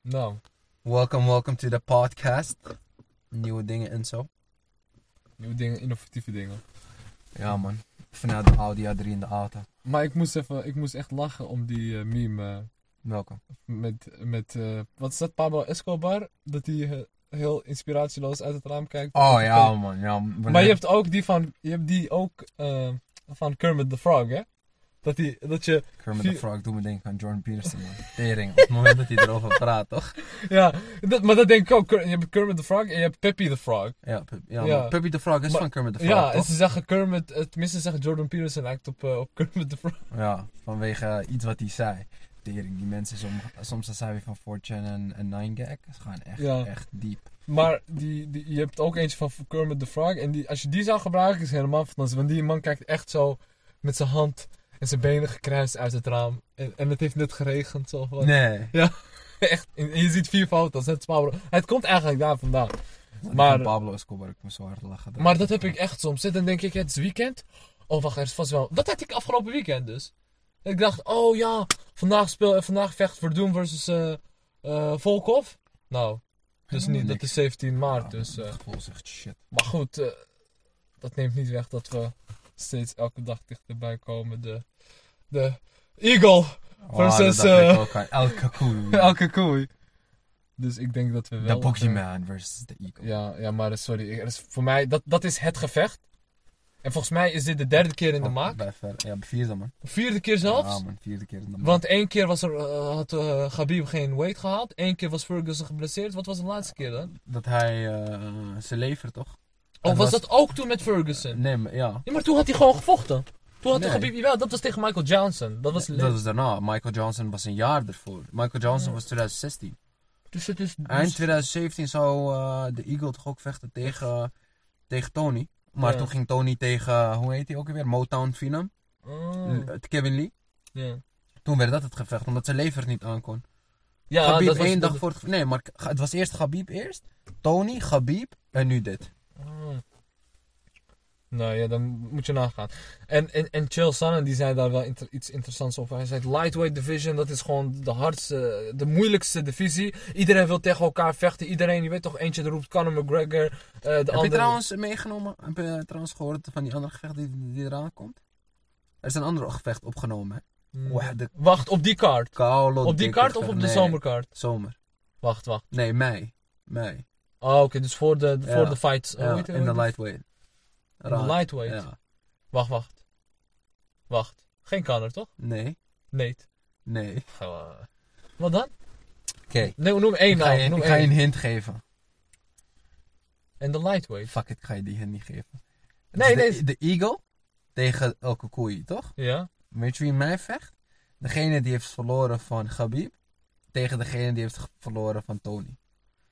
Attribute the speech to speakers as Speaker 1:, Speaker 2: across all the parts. Speaker 1: Nou,
Speaker 2: Welkom, welkom to the podcast. Nieuwe dingen en zo.
Speaker 1: nieuwe dingen, innovatieve dingen.
Speaker 2: Ja man, vanuit de Audi A3 in de auto.
Speaker 1: Maar ik moest, even, ik moest echt lachen om die eh, meme eh,
Speaker 2: Welkom.
Speaker 1: met, met eh, wat is dat, Pablo Escobar? Dat hij eh, heel inspiratieloos uit het raam kijkt.
Speaker 2: Oh ja man, ja. wanneer-
Speaker 1: Maar je hebt ook die van, je hebt die ook eh, van Kermit the Frog, hè? Dat, die, dat je,
Speaker 2: Kermit
Speaker 1: Zie-
Speaker 2: de Frog doet me denken aan Jordan Peterson man. Tering, op het moment dat hij erover praat toch?
Speaker 1: ja, dat, maar dat denk ik ook. Ker- Je hebt Kermit the Frog en je hebt Peppy the Frog.
Speaker 2: Ja, pu- ja,
Speaker 1: Ja.
Speaker 2: maar Puppy de Frog is
Speaker 1: Maar-
Speaker 2: van Kermit de Frog
Speaker 1: Ja, en
Speaker 2: toch?
Speaker 1: ze zeggen Kermit, eh, tenminste ze zeggen Jordan Peterson lijkt op, eh, op Kermit the Frog.
Speaker 2: Ja, vanwege eh, iets wat hij zei. Tering, die mensen, som, soms dan zijn we van 4chan en, en 9gag. Dat is gewoon echt,
Speaker 1: Ja.
Speaker 2: echt diep.
Speaker 1: Maar die, die, je hebt ook eentje van Kermit the Frog. En die, als je die zou gebruiken, is het helemaal fantastisch. Want die man kijkt echt zo met zijn hand en zijn benen gekruist uit het raam. En, en het heeft net geregend. Zo van.
Speaker 2: Nee.
Speaker 1: Echt, en je ziet vier foto's. Het, is Pablo. het komt eigenlijk daar vandaan.
Speaker 2: Maar...
Speaker 1: Maar-
Speaker 2: Pablo Escobar, ik moest zo hard lachen.
Speaker 1: Maar dat heb ik echt soms. En dan denk ik, het is weekend. Oh, wacht, er is vast wel. Dat had ik afgelopen weekend dus. Ik dacht, oh ja, vandaag, speel, eh, vandaag vecht Verdun versus eh eh, Volkov. Nou, dus
Speaker 2: Helemaal
Speaker 1: niet. Dat
Speaker 2: niks.
Speaker 1: is 17 maart. dus, eh,
Speaker 2: Het gevoel is echt shit.
Speaker 1: maar goed, eh, dat neemt niet weg dat we steeds elke dag dichterbij komen. De, de Eagle,
Speaker 2: Oh,
Speaker 1: versus,
Speaker 2: dat dacht ik
Speaker 1: eh,
Speaker 2: ook aan elke koe.
Speaker 1: elke koei. Dus ik denk dat we wel...
Speaker 2: De
Speaker 1: eh,
Speaker 2: Pokémon versus de Eagle.
Speaker 1: Ja, ja maar eh, sorry, er is voor mij, dat, dat is het gevecht. En volgens mij is dit de derde keer in de
Speaker 2: Oh,
Speaker 1: maak.
Speaker 2: bij ver- Ja, bij vierde man.
Speaker 1: Vierde keer zelfs.
Speaker 2: Ja man, vierde keer in de maak.
Speaker 1: Want één keer was er, eh, had eh Khabib geen weight gehaald. Eén keer was Ferguson geblesseerd. Wat was de laatste keer dan?
Speaker 2: Dat hij eh zijn lever toch?
Speaker 1: Oh,
Speaker 2: Het
Speaker 1: was
Speaker 2: was-
Speaker 1: dat ook toen met Ferguson?
Speaker 2: Nee, maar ja.
Speaker 1: Ja, maar toen had hij gewoon gevochten. Toen had
Speaker 2: Nee.
Speaker 1: hij Khabib, jawel, dat was tegen Michael Johnson. Dat was...
Speaker 2: Dat was daarna. Michael Johnson was een jaar ervoor. Michael Johnson
Speaker 1: Ja.
Speaker 2: was 2016.
Speaker 1: Dus het is...
Speaker 2: Eind
Speaker 1: dus-
Speaker 2: 2017 zou eh, de Eagle toch ook vechten tegen, tegen Tony. Maar
Speaker 1: Ja.
Speaker 2: toen ging Tony tegen, hoe heet hij ook weer? Motown Phenom.
Speaker 1: Oh,
Speaker 2: L- Kevin Lee.
Speaker 1: ja.
Speaker 2: Toen werd dat het gevecht, omdat zijn lever het niet aankon.
Speaker 1: Ja,
Speaker 2: Khabib
Speaker 1: dat was-
Speaker 2: één
Speaker 1: dat-
Speaker 2: dag voor het... Nee, maar K- het was eerst Khabib eerst. Tony, Khabib en nu dit.
Speaker 1: Ah. Nou ja, dan moet je nagaan. En, en, en Chael Sonnen die zei daar wel inter- iets interessants over. Hij zei lightweight division, dat is gewoon de hardste, de moeilijkste divisie. Iedereen wil tegen elkaar vechten. Iedereen, je weet toch, eentje roept Conor McGregor, eh, de
Speaker 2: Heb
Speaker 1: andere...
Speaker 2: je trouwens meegenomen, heb je trouwens gehoord van die andere gevecht die, die eraan komt? Er is een ander gevecht opgenomen. hè?
Speaker 1: Hmm.
Speaker 2: Wauw, de
Speaker 1: Wacht, op die kaart.
Speaker 2: koude
Speaker 1: Op die
Speaker 2: Oh, dikke
Speaker 1: kaart of op de
Speaker 2: nee,
Speaker 1: zomerkaart?
Speaker 2: Zomer.
Speaker 1: Wacht, wacht.
Speaker 2: Nee, mei. Mei.
Speaker 1: Oh, oké, dus voor de,
Speaker 2: Ja.
Speaker 1: voor de fights. Oh,
Speaker 2: Ja,
Speaker 1: weet je-
Speaker 2: in de lightweight.
Speaker 1: in de
Speaker 2: Raad.
Speaker 1: lightweight.
Speaker 2: Ja.
Speaker 1: Wacht, wacht. Wacht. Geen Conor, toch?
Speaker 2: Nee,
Speaker 1: Nee.
Speaker 2: nee.
Speaker 1: Eh, Wat dan?
Speaker 2: Oké.
Speaker 1: Nee, noem één
Speaker 2: Ik ga,
Speaker 1: naam.
Speaker 2: je,
Speaker 1: noem
Speaker 2: ik ga je
Speaker 1: één.
Speaker 2: een hint geven.
Speaker 1: En de lightweight.
Speaker 2: Fuck it, ik ga je die hint niet geven. Het
Speaker 1: Nee,
Speaker 2: is
Speaker 1: deze-
Speaker 2: de, de eagle tegen elke koei, toch?
Speaker 1: Ja.
Speaker 2: Weet je wie in mij vecht? Degene die heeft verloren van Khabib. Tegen degene die heeft ge- verloren van Tony.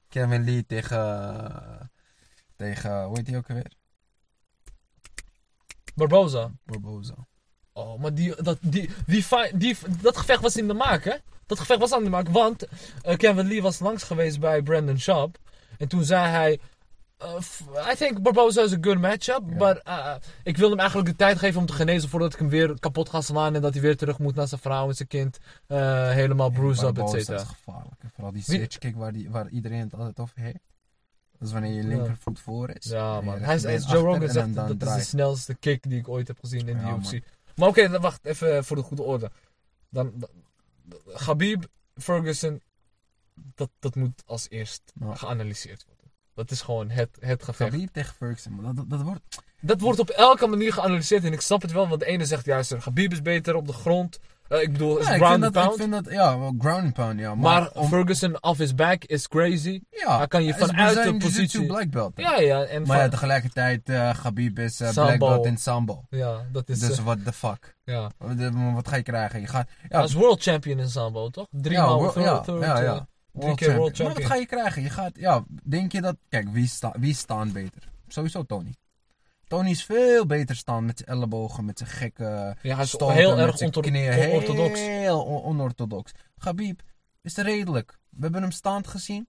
Speaker 2: Kevin Lee tegen... Tegen, hoe heet die ook alweer?
Speaker 1: Barboza.
Speaker 2: Barboza.
Speaker 1: Oh, maar die, dat, die, die, fi- die, dat gevecht was in de maak, hè? Dat gevecht was aan de maak, want eh, Kevin Lee was langs geweest bij Brandon Sharp. En toen zei hij... eh, f- I think Barboza is a good matchup,
Speaker 2: Ja.
Speaker 1: but eh, ik wilde hem eigenlijk de tijd geven om te genezen voordat ik hem weer kapot ga slaan en dat hij weer terug moet naar zijn vrouw en zijn kind. eh, helemaal bruised up, et
Speaker 2: Barboza
Speaker 1: cetera.
Speaker 2: is gevaarlijk. hè. Vooral die
Speaker 1: Wie-
Speaker 2: switch kick waar, die, waar iedereen het altijd over heeft. Dat is wanneer je
Speaker 1: Ja.
Speaker 2: linkervoet voor is.
Speaker 1: Ja,
Speaker 2: en je
Speaker 1: man. Hij is, hij is
Speaker 2: rechterbeen
Speaker 1: Joe
Speaker 2: achter
Speaker 1: Rogan zegt
Speaker 2: en dan
Speaker 1: dat is de
Speaker 2: draait.
Speaker 1: snelste kick die ik ooit heb gezien in
Speaker 2: Ja,
Speaker 1: de UFC.
Speaker 2: man.
Speaker 1: Maar oké, dan wacht even voor de goede orde. Dan, dan, Khabib, Ferguson, dat, dat moet als eerst
Speaker 2: Ja.
Speaker 1: geanalyseerd worden. Dat is gewoon het, het gevecht.
Speaker 2: Khabib tegen Ferguson. maar Dat, dat wordt...
Speaker 1: Dat wordt op elke manier geanalyseerd en ik snap het wel, want de ene zegt juist, Khabib is beter op de grond. Eh, ik bedoel, is
Speaker 2: Ja, ik,
Speaker 1: ground
Speaker 2: vind
Speaker 1: and
Speaker 2: dat, ik
Speaker 1: pound.
Speaker 2: vind dat... Ja, wel ground and pound, ja. Maar,
Speaker 1: maar
Speaker 2: om-
Speaker 1: Ferguson off his back is crazy.
Speaker 2: ja,
Speaker 1: hij kan je
Speaker 2: is een
Speaker 1: vanuit de
Speaker 2: Brazilian Jiu-Jitsu
Speaker 1: positie-
Speaker 2: black belt. hè.
Speaker 1: Ja, ja. En
Speaker 2: Maar ja,
Speaker 1: van-
Speaker 2: tegelijkertijd, eh Khabib is eh, black
Speaker 1: Sambo.
Speaker 2: belt in sambo.
Speaker 1: ja, dat is...
Speaker 2: Dus
Speaker 1: eh,
Speaker 2: what the fuck.
Speaker 1: ja.
Speaker 2: Wat eh, wat ga je krijgen? Je gaat... Ja,
Speaker 1: Hij is world champion in Sambo, toch? Drie
Speaker 2: ja,
Speaker 1: maal
Speaker 2: wor-
Speaker 1: third-
Speaker 2: ja,
Speaker 1: third,
Speaker 2: ja,
Speaker 1: eh,
Speaker 2: ja.
Speaker 1: drie keer world
Speaker 2: Maar wat
Speaker 1: champion.
Speaker 2: ga je krijgen? Je gaat, ja, denk je dat... Kijk, wie, sta, wie staan beter? Sowieso Tony. Tony is veel beter staan met zijn ellebogen, met zijn gekke
Speaker 1: Ja, hij is
Speaker 2: stoten,
Speaker 1: heel
Speaker 2: met
Speaker 1: erg
Speaker 2: zijn
Speaker 1: ontor-
Speaker 2: knieën.
Speaker 1: onorthodox.
Speaker 2: Heel on- onorthodox. Khabib is redelijk. We hebben hem staand gezien.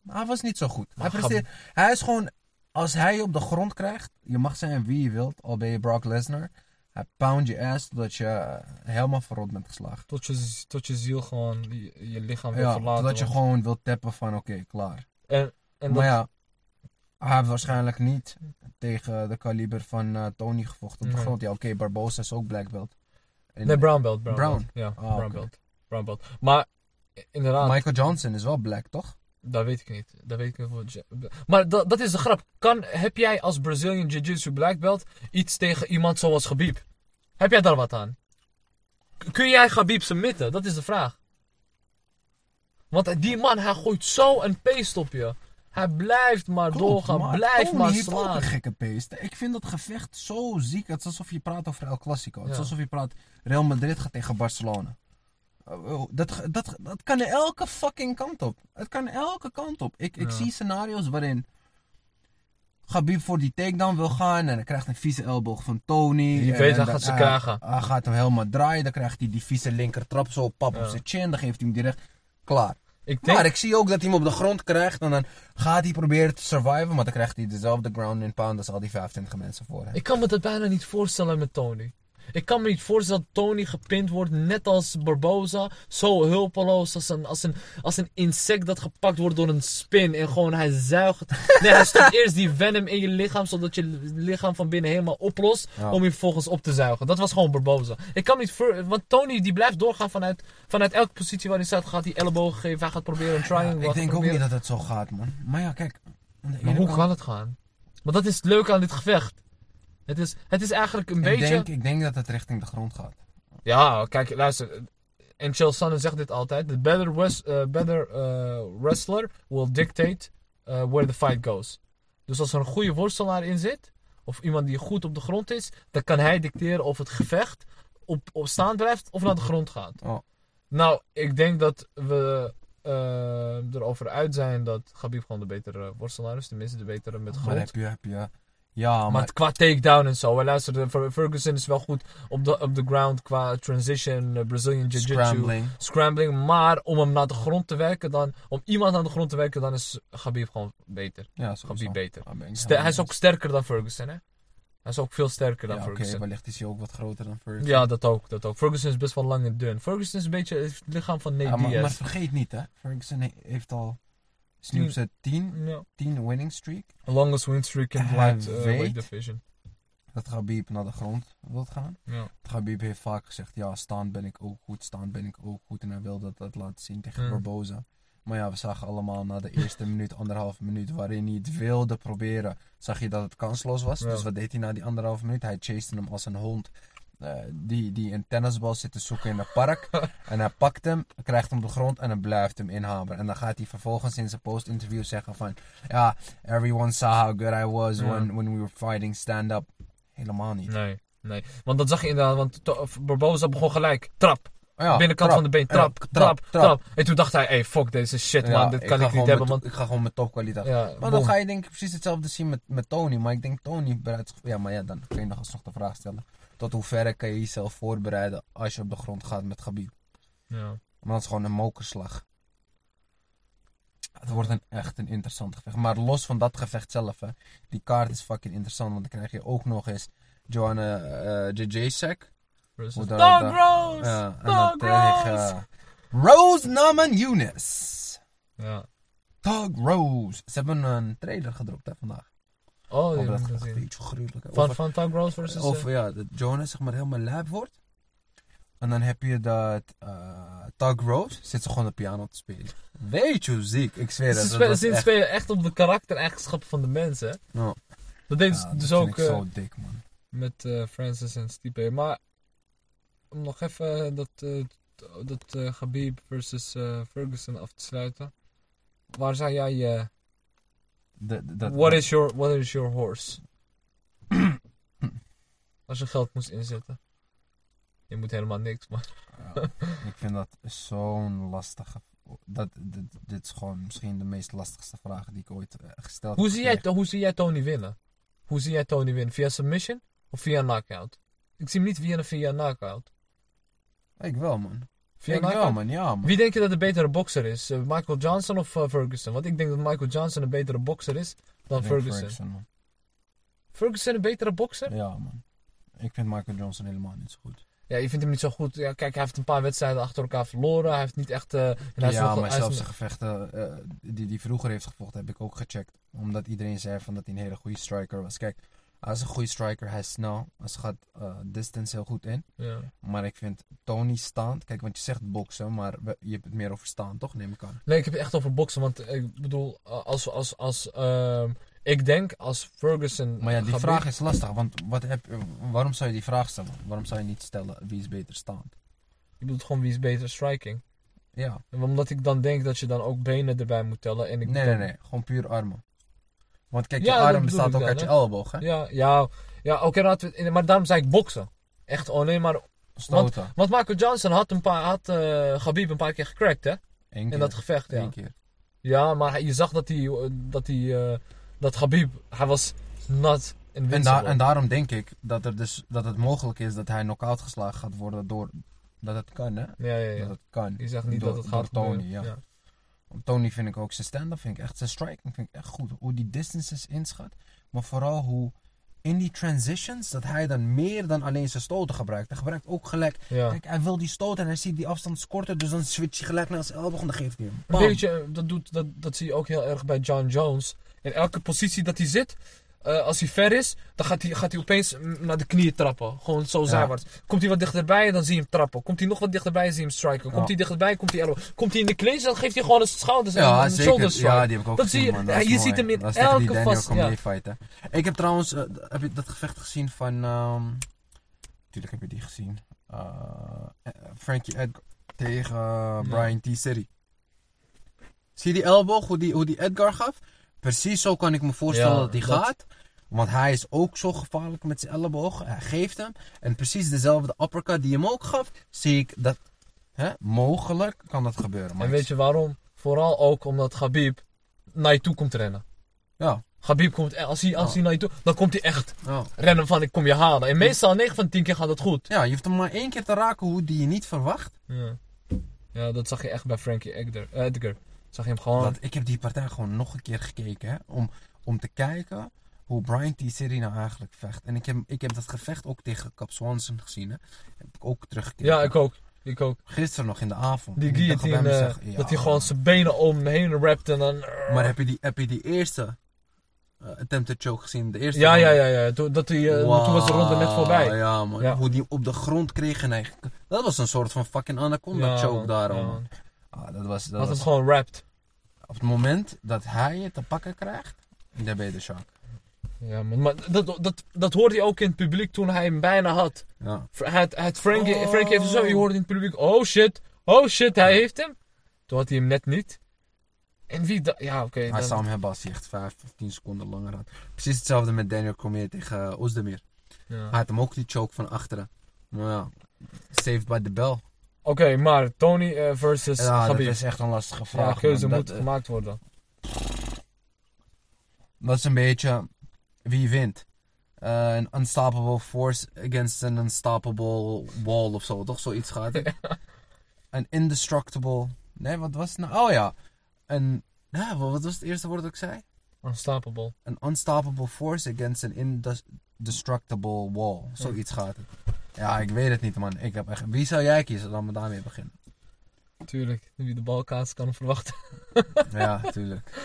Speaker 2: Maar hij was niet zo goed. Hij,
Speaker 1: Maar
Speaker 2: presteert, hij is gewoon... Als hij je op de grond krijgt, je mag zijn wie je wilt, al ben je Brock Lesnar. Hij pound je ass totdat je eh, helemaal verrot bent geslagen.
Speaker 1: Tot je, tot je ziel gewoon je, je lichaam wil
Speaker 2: Ja,
Speaker 1: verlaten.
Speaker 2: totdat je
Speaker 1: wordt.
Speaker 2: gewoon wilt tappen van oké, klaar.
Speaker 1: En, en dat,
Speaker 2: maar ja, hij heeft waarschijnlijk niet tegen de kaliber van eh, Tony gevochten op de
Speaker 1: Nee.
Speaker 2: grond. Ja, oké, Barbosa is ook black belt. En
Speaker 1: Nee, brown belt. Brown.
Speaker 2: Brown.
Speaker 1: belt. Ja,
Speaker 2: Ah,
Speaker 1: brown
Speaker 2: oké.
Speaker 1: belt. Brown belt. Maar i- inderdaad,
Speaker 2: Michael Johnson is wel black, toch?
Speaker 1: dat weet ik niet. Dat weet ik niet. voor Ja- Maar dat, dat is de grap. Kan, heb jij als Brazilian Jiu-Jitsu black belt iets tegen iemand zoals Khabib? Heb jij daar wat aan? K- Kun jij Khabib submitten? Dat is de vraag. Want die man, hij gooit zo een peest op je. Hij blijft maar doorgaan,
Speaker 2: Klopt, maar
Speaker 1: blijft
Speaker 2: Tony
Speaker 1: maar
Speaker 2: heeft ook een
Speaker 1: slaan.
Speaker 2: gekke pace. Ik vind dat gevecht zo ziek. Het is alsof je praat over El Clasico. Het is
Speaker 1: Ja.
Speaker 2: alsof je praat Real Madrid gaat tegen Barcelona. Oh, oh, Dat, ge- dat, ge- dat kan elke fucking kant op. Het kan elke kant op. Ik, ik
Speaker 1: Ja.
Speaker 2: zie scenario's waarin Gabib voor die takedown wil gaan en hij krijgt een vieze elleboog van Tony.
Speaker 1: Je weet,
Speaker 2: En
Speaker 1: hij
Speaker 2: dan-
Speaker 1: gaat ze krijgen.
Speaker 2: Hij gaat hem helemaal draaien, dan krijgt hij die vieze linkertrap zo pap op
Speaker 1: Ja.
Speaker 2: zijn chin, dan geeft hij hem direct klaar.
Speaker 1: Ik denk,
Speaker 2: Maar ik zie ook dat hij hem op de grond krijgt en dan gaat hij proberen te surviven, maar dan krijgt hij dezelfde ground and pound als al die 25 mensen voor hem.
Speaker 1: Ik kan me dat bijna niet voorstellen met Tony. Ik kan me niet voorstellen dat Tony gepind wordt net als Barboza. Zo hulpeloos als een, als, een, als een insect dat gepakt wordt door een spin. En gewoon hij zuigt. Nee, hij stopt eerst die venom in je lichaam. Zodat je lichaam van binnen helemaal oplost.
Speaker 2: Ja.
Speaker 1: Om je vervolgens op te zuigen. Dat was gewoon Barboza. Ik kan me niet voor, Want Tony die blijft doorgaan vanuit, vanuit elke positie waar hij staat. Gaat hij elleboog geven. Hij gaat proberen een
Speaker 2: Ja,
Speaker 1: triangle.
Speaker 2: ik
Speaker 1: gaat
Speaker 2: denk ook
Speaker 1: proberen-
Speaker 2: niet dat het zo gaat, man. Maar ja, kijk. aan de ene
Speaker 1: Maar hoe
Speaker 2: kant-
Speaker 1: kan het gaan? Maar dat is het leuke aan dit gevecht. Het is, het is eigenlijk een
Speaker 2: ik,
Speaker 1: beetje...
Speaker 2: denk, ik denk dat het richting de grond gaat.
Speaker 1: Ja, kijk, luister. En Chael Sonnen zegt dit altijd. The better, wes- eh, better eh, wrestler will dictate eh, where the fight goes. Dus als er een goede worstelaar in zit, of iemand die goed op de grond is, dan kan hij dicteren of het gevecht op, op staan blijft of naar de grond gaat.
Speaker 2: Oh.
Speaker 1: Nou, ik denk dat we eh, erover uit zijn dat Khabib gewoon de betere worstelaar is. Tenminste, de betere met
Speaker 2: Maar
Speaker 1: grond.
Speaker 2: heb je, heb je. Ja, maar.
Speaker 1: Maar het- qua takedown en zo. hè, Luister, de- Fer- Ferguson is wel goed op de, op de ground qua transition, eh, Brazilian Jiu-Jitsu.
Speaker 2: scrambling.
Speaker 1: Scrambling. Maar om hem naar de grond te werken, dan, om iemand aan de grond te werken, dan is Khabib gewoon beter.
Speaker 2: Ja,
Speaker 1: Khabib
Speaker 2: sowieso.
Speaker 1: beter.
Speaker 2: Daar ben ik
Speaker 1: Ste-
Speaker 2: helemaal
Speaker 1: hij is
Speaker 2: mee
Speaker 1: ook sterker dan Ferguson, hè? Hij is ook veel sterker
Speaker 2: eens.
Speaker 1: dan
Speaker 2: Ja, oké,
Speaker 1: Ferguson.
Speaker 2: wellicht is hij ook wat groter dan Ferguson.
Speaker 1: Ja, dat ook, dat ook. Ferguson is best wel lang en dun. Ferguson is een beetje het lichaam van Nate
Speaker 2: Ja, maar,
Speaker 1: Diaz.
Speaker 2: maar vergeet niet, hè. Ferguson he- heeft al. is
Speaker 1: Hmm.
Speaker 2: nu op zijn 10,
Speaker 1: Ja.
Speaker 2: 10 winning streak.
Speaker 1: Longest win streak in
Speaker 2: Hij
Speaker 1: light eh,
Speaker 2: weet-
Speaker 1: weight division.
Speaker 2: Dat Gabib naar de grond wilt gaan.
Speaker 1: Ja.
Speaker 2: Gabib heeft vaak gezegd, ja, staan ben ik ook goed, staan ben ik ook goed. En hij wil dat, dat laten zien tegen
Speaker 1: Mm.
Speaker 2: Barboza. Maar ja, we zagen allemaal na de eerste minuut, anderhalve minuut, waarin hij het wilde proberen, zag je dat het kansloos was.
Speaker 1: Ja.
Speaker 2: Dus wat deed hij na die anderhalve minuut? Hij chaste hem als een hond eh, die, die een tennisbal zit te zoeken in het park. en hij pakt hem, krijgt hem op de grond en hij blijft hem inhameren. En dan gaat hij vervolgens in zijn post-interview zeggen van, ja, everyone saw how good I was
Speaker 1: Ja.
Speaker 2: when, when we were fighting stand-up. Helemaal niet.
Speaker 1: Nee, nee. Want dat zag je inderdaad, want to- Barboza begon gelijk. Trap.
Speaker 2: Oh ja,
Speaker 1: binnenkant
Speaker 2: trap.
Speaker 1: van de been.
Speaker 2: Ja,
Speaker 1: Trap, trap, trap,
Speaker 2: trap.
Speaker 1: En toen dacht hij, hey, fuck deze shit
Speaker 2: Ja,
Speaker 1: man, dit kan
Speaker 2: ga
Speaker 1: ik,
Speaker 2: gewoon
Speaker 1: niet
Speaker 2: met
Speaker 1: hebben.
Speaker 2: to-
Speaker 1: Want,
Speaker 2: Ik ga gewoon met topkwaliteit.
Speaker 1: ja,
Speaker 2: Maar dan
Speaker 1: boom.
Speaker 2: ga je denk ik precies hetzelfde zien met, met Tony. Maar ik denk Tony bereidt... Ja, maar ja, dan kun je nog alsnog de vraag stellen. Tot hoeverre kan je jezelf voorbereiden als je op de grond gaat met Gabib?
Speaker 1: ja.
Speaker 2: Want dat is gewoon een mokerslag. Het wordt een, echt een interessant gevecht. Maar los van dat gevecht zelf, hè. Die kaart is fucking interessant. Want dan krijg je ook nog eens Joanna eh J.J. Sack.
Speaker 1: Versus-
Speaker 2: Hoe dan
Speaker 1: Doug
Speaker 2: ook dan.
Speaker 1: Rose!
Speaker 2: Ja, en
Speaker 1: Doug
Speaker 2: dan eh, tegen
Speaker 1: Rose!
Speaker 2: Rose Naman Younes.
Speaker 1: Ja.
Speaker 2: Doug Rose. Ze hebben een trailer gedropt hè, vandaag.
Speaker 1: Oh, die
Speaker 2: Over
Speaker 1: heb
Speaker 2: dat
Speaker 1: ik
Speaker 2: gevecht.
Speaker 1: gezien.
Speaker 2: Iets gruwelijk. hè.
Speaker 1: Van,
Speaker 2: Of-
Speaker 1: van Doug Rose versus...
Speaker 2: Of
Speaker 1: eh,
Speaker 2: ja, dat Jonas zeg maar helemaal lab wordt. En dan heb je dat eh Doug Rose. Zit ze gewoon de piano te spelen. Weet je hoe ziek. Ik zweer
Speaker 1: ze
Speaker 2: het.
Speaker 1: spelen,
Speaker 2: was
Speaker 1: ze
Speaker 2: echt-
Speaker 1: spelen echt op de karaktereigenschappen van de mensen. hè.
Speaker 2: Ja.
Speaker 1: Dat deden
Speaker 2: Ja,
Speaker 1: ze
Speaker 2: dat
Speaker 1: dus
Speaker 2: vind
Speaker 1: ook
Speaker 2: ik
Speaker 1: eh,
Speaker 2: zo dik man.
Speaker 1: met eh, Francis en Stipe. Maar om nog even eh, dat, eh, t- dat eh Khabib versus eh, Ferguson af te sluiten. Waar zou jij... eh,
Speaker 2: De- de- dat-
Speaker 1: what,
Speaker 2: dat-
Speaker 1: is your, what is your horse? Als je geld moest inzetten. Je moet helemaal niks, maar...
Speaker 2: Ja, ik vind dat zo'n lastige... Dat, dit, dit is gewoon misschien de meest lastigste vraag die ik ooit eh, gesteld
Speaker 1: Hoe
Speaker 2: heb
Speaker 1: zie, jij,
Speaker 2: gekregen.
Speaker 1: hoe zie jij Tony winnen? Hoe zie jij Tony winnen? Via submission of via knockout? Ik zie hem niet via, via knockout.
Speaker 2: Ik wel man.
Speaker 1: Via
Speaker 2: ik wel
Speaker 1: knockout?
Speaker 2: man, ja man.
Speaker 1: Wie denk je dat de betere bokser is? Eh, Michael Johnson of eh, Ferguson? Want ik denk dat Michael Johnson een betere bokser is dan
Speaker 2: Ik denk
Speaker 1: Ferguson.
Speaker 2: man.
Speaker 1: Ferguson een betere bokser?
Speaker 2: Ja, man. Ik vind Michael Johnson helemaal niet zo goed.
Speaker 1: Ja, je vindt hem niet zo goed. Ja, kijk, hij heeft een paar wedstrijden achter elkaar verloren. Hij heeft niet echt... eh, en hij is
Speaker 2: ja,
Speaker 1: nog-
Speaker 2: maar
Speaker 1: hij is
Speaker 2: zelfs de
Speaker 1: nog-
Speaker 2: gevechten eh, die hij vroeger heeft gevochten, heb ik ook gecheckt. Omdat iedereen zei van dat hij een hele goede striker was. Kijk, hij is een goede striker. Hij is snel. Hij schat eh, distance heel goed in.
Speaker 1: ja.
Speaker 2: Maar ik vind Tony staand... Kijk, want je zegt boksen, maar we- je hebt het meer over staan, toch? Neem ik aan.
Speaker 1: Nee, ik heb het echt over boksen. Want eh, ik bedoel, eh, als... als, als ehm, ik denk als Ferguson...
Speaker 2: Maar ja, die
Speaker 1: gaat
Speaker 2: vraag is lastig. Want wat heb, waarom zou je die vraag stellen? Waarom zou je niet stellen wie is beter staand?
Speaker 1: Je bedoelt gewoon wie is beter striking.
Speaker 2: Ja.
Speaker 1: En Omdat ik dan denk dat je dan ook benen erbij moet tellen. En ik
Speaker 2: Nee, nee,
Speaker 1: dan-
Speaker 2: nee. Gewoon puur armen. Want kijk,
Speaker 1: Ja,
Speaker 2: je
Speaker 1: dat
Speaker 2: arm
Speaker 1: bedoel
Speaker 2: bestaat
Speaker 1: ik
Speaker 2: ook
Speaker 1: dan,
Speaker 2: uit je
Speaker 1: hè.
Speaker 2: elleboog, hè?
Speaker 1: Ja, ja, ja oké, laten we het- maar daarom zei ik boksen. Echt alleen maar...
Speaker 2: Stoten.
Speaker 1: Want Michael Johnson had, een paar, had eh Khabib een paar keer gecrackt, hè?
Speaker 2: Eén keer.
Speaker 1: In dat gevecht, ja.
Speaker 2: Eén keer.
Speaker 1: Ja, maar hij- je zag dat hij... eh, Dat, hij, eh, dat Khabib... Hij was nat
Speaker 2: En,
Speaker 1: invincible.
Speaker 2: daar en daarom denk ik dat, er dus, dat het mogelijk is dat hij knock-out geslagen gaat worden door... Dat het kan, hè?
Speaker 1: Ja, ja, ja.
Speaker 2: Dat het kan.
Speaker 1: Je zegt niet
Speaker 2: Door-
Speaker 1: dat het
Speaker 2: door
Speaker 1: gaat
Speaker 2: Tony,
Speaker 1: gebeuren.
Speaker 2: ja. Tony vind ik ook zijn stand-up, vind ik echt zijn striking, vind ik echt goed. Hoe die distances inschat, maar vooral hoe in die transitions, dat hij dan meer dan alleen zijn stoten gebruikt. Hij gebruikt ook gelijk,
Speaker 1: Ja.
Speaker 2: kijk, hij wil die stoten en hij ziet die afstand korter, dus dan switcht hij gelijk naar zijn elleboog en dan geeft hij hem.
Speaker 1: Een
Speaker 2: Bam.
Speaker 1: beetje, dat, doet, dat, dat zie je ook heel erg bij John Jones. In elke positie dat hij zit, eh, als hij ver is, dan gaat hij, gaat hij opeens mm, naar de knieën trappen. Gewoon zo zijwaarts. Komt hij wat dichterbij, dan zie je hem trappen. Komt hij nog wat dichterbij, zie je hem striken. Komt
Speaker 2: Ja.
Speaker 1: hij dichterbij, komt hij elleboog. Komt hij in de clinch, dan geeft hij gewoon een schouders en
Speaker 2: Ja,
Speaker 1: een
Speaker 2: zeker.
Speaker 1: shoulder
Speaker 2: Ja,
Speaker 1: strike.
Speaker 2: die heb ik ook
Speaker 1: Dat
Speaker 2: gezien,
Speaker 1: zie je-
Speaker 2: man. Dat
Speaker 1: ja,
Speaker 2: is
Speaker 1: je
Speaker 2: mooi.
Speaker 1: ziet hem in
Speaker 2: Dat is tegen die
Speaker 1: elke
Speaker 2: Daniel
Speaker 1: vast-
Speaker 2: Cormier
Speaker 1: ja.
Speaker 2: fight, hè. Ik heb trouwens... eh, d- heb je dat gevecht gezien van... ehm tuurlijk heb je die gezien. Eh, eh, Frankie Edgar tegen eh, Brian T. City. Zie je die elleboog, hoe die, hoe die Edgar gaf? Precies zo kan ik me voorstellen
Speaker 1: Ja,
Speaker 2: dat die
Speaker 1: dat-
Speaker 2: gaat. Want hij is ook zo gevaarlijk met zijn elleboog. Hij geeft hem. En precies dezelfde uppercut die hem ook gaf, zie ik dat... Hè, mogelijk kan dat gebeuren. Maar
Speaker 1: En
Speaker 2: ik-
Speaker 1: weet je waarom? Vooral ook omdat Khabib naar je toe komt rennen.
Speaker 2: Ja.
Speaker 1: Khabib komt, eh, als hij, als
Speaker 2: Ja.
Speaker 1: hij naar je toe, dan komt hij echt
Speaker 2: ja.
Speaker 1: rennen van ik kom je halen. En meestal 9 van 10 keer gaat het goed.
Speaker 2: Ja, je hoeft hem maar één keer te raken hoe die je niet verwacht.
Speaker 1: Ja. ja, dat zag je echt bij Frankie Edgar. Edgar. Zag je hem gewoon.
Speaker 2: Want ik heb die partij gewoon nog een keer gekeken. Hè, om, om te kijken hoe Brian T. City nou eigenlijk vecht. En ik heb, ik heb dat gevecht ook tegen Cap Swanson gezien. Hè. Heb ik ook teruggekeken.
Speaker 1: ja, ik ook. Ik ook.
Speaker 2: Gisteren nog in de avond.
Speaker 1: Die
Speaker 2: En ik dacht bij
Speaker 1: guillotine, eh,
Speaker 2: mezelf, ja,
Speaker 1: dat hij gewoon zijn benen om me heen rapt en dan...
Speaker 2: Maar heb je die, heb je die eerste eh, attempted choke gezien? De eerste
Speaker 1: Ja,
Speaker 2: ronde?
Speaker 1: ja, ja, ja. Toen, dat hij, eh, toen was de ronde net
Speaker 2: Wauw,
Speaker 1: voorbij.
Speaker 2: Ja, man.
Speaker 1: Ja.
Speaker 2: Hoe die op de grond kreeg en hij... Dat was een soort van fucking anaconda
Speaker 1: Ja,
Speaker 2: choke
Speaker 1: man.
Speaker 2: daarom.
Speaker 1: Ja,
Speaker 2: man. Ah, dat was, dat
Speaker 1: Had
Speaker 2: was
Speaker 1: hem gewoon rapt.
Speaker 2: Op het moment dat hij je te pakken krijgt, dan ben je de shock.
Speaker 1: Ja, man. Maar dat, dat, dat hoorde hij ook in het publiek toen hij hem bijna had.
Speaker 2: Ja.
Speaker 1: Fr- Hij had, hij had Frankie,
Speaker 2: Oh.
Speaker 1: Frankie even zo, je hoorde in het publiek, oh shit, oh shit, hij heeft hem. Toen had hij hem net niet. En wie da- Ja, oké.
Speaker 2: Hij
Speaker 1: dan-
Speaker 2: zou hem hebben als hij echt 5 of 10 seconden langer had. Precies hetzelfde met Daniel Cormier tegen eh, Ozdemir.
Speaker 1: ja.
Speaker 2: Hij had hem ook die choke van achteren. Maar ja, saved by the bell.
Speaker 1: Oké, maar Tony eh, versus
Speaker 2: Ja, dat
Speaker 1: Khabib.
Speaker 2: is echt een lastige vraag.
Speaker 1: Ja,
Speaker 2: man.
Speaker 1: keuze
Speaker 2: dat,
Speaker 1: moet
Speaker 2: eh,
Speaker 1: gemaakt worden.
Speaker 2: dat is een beetje wie wint. Eh, Een unstoppable force against an unstoppable wall of zo. Toch zoiets gaat het. Een indestructible... Nee, wat was het nou? Oh ja. Een... Ja, wat was het eerste woord dat ik zei?
Speaker 1: Unstoppable.
Speaker 2: Een unstoppable force against an indestructible wall. Zoiets gaat het. Ja, ik weet het niet, man. Ik heb echt... Wie zou jij kiezen? Laten we daarmee beginnen.
Speaker 1: Tuurlijk, wie de balkaas kan verwachten.
Speaker 2: Ja, tuurlijk.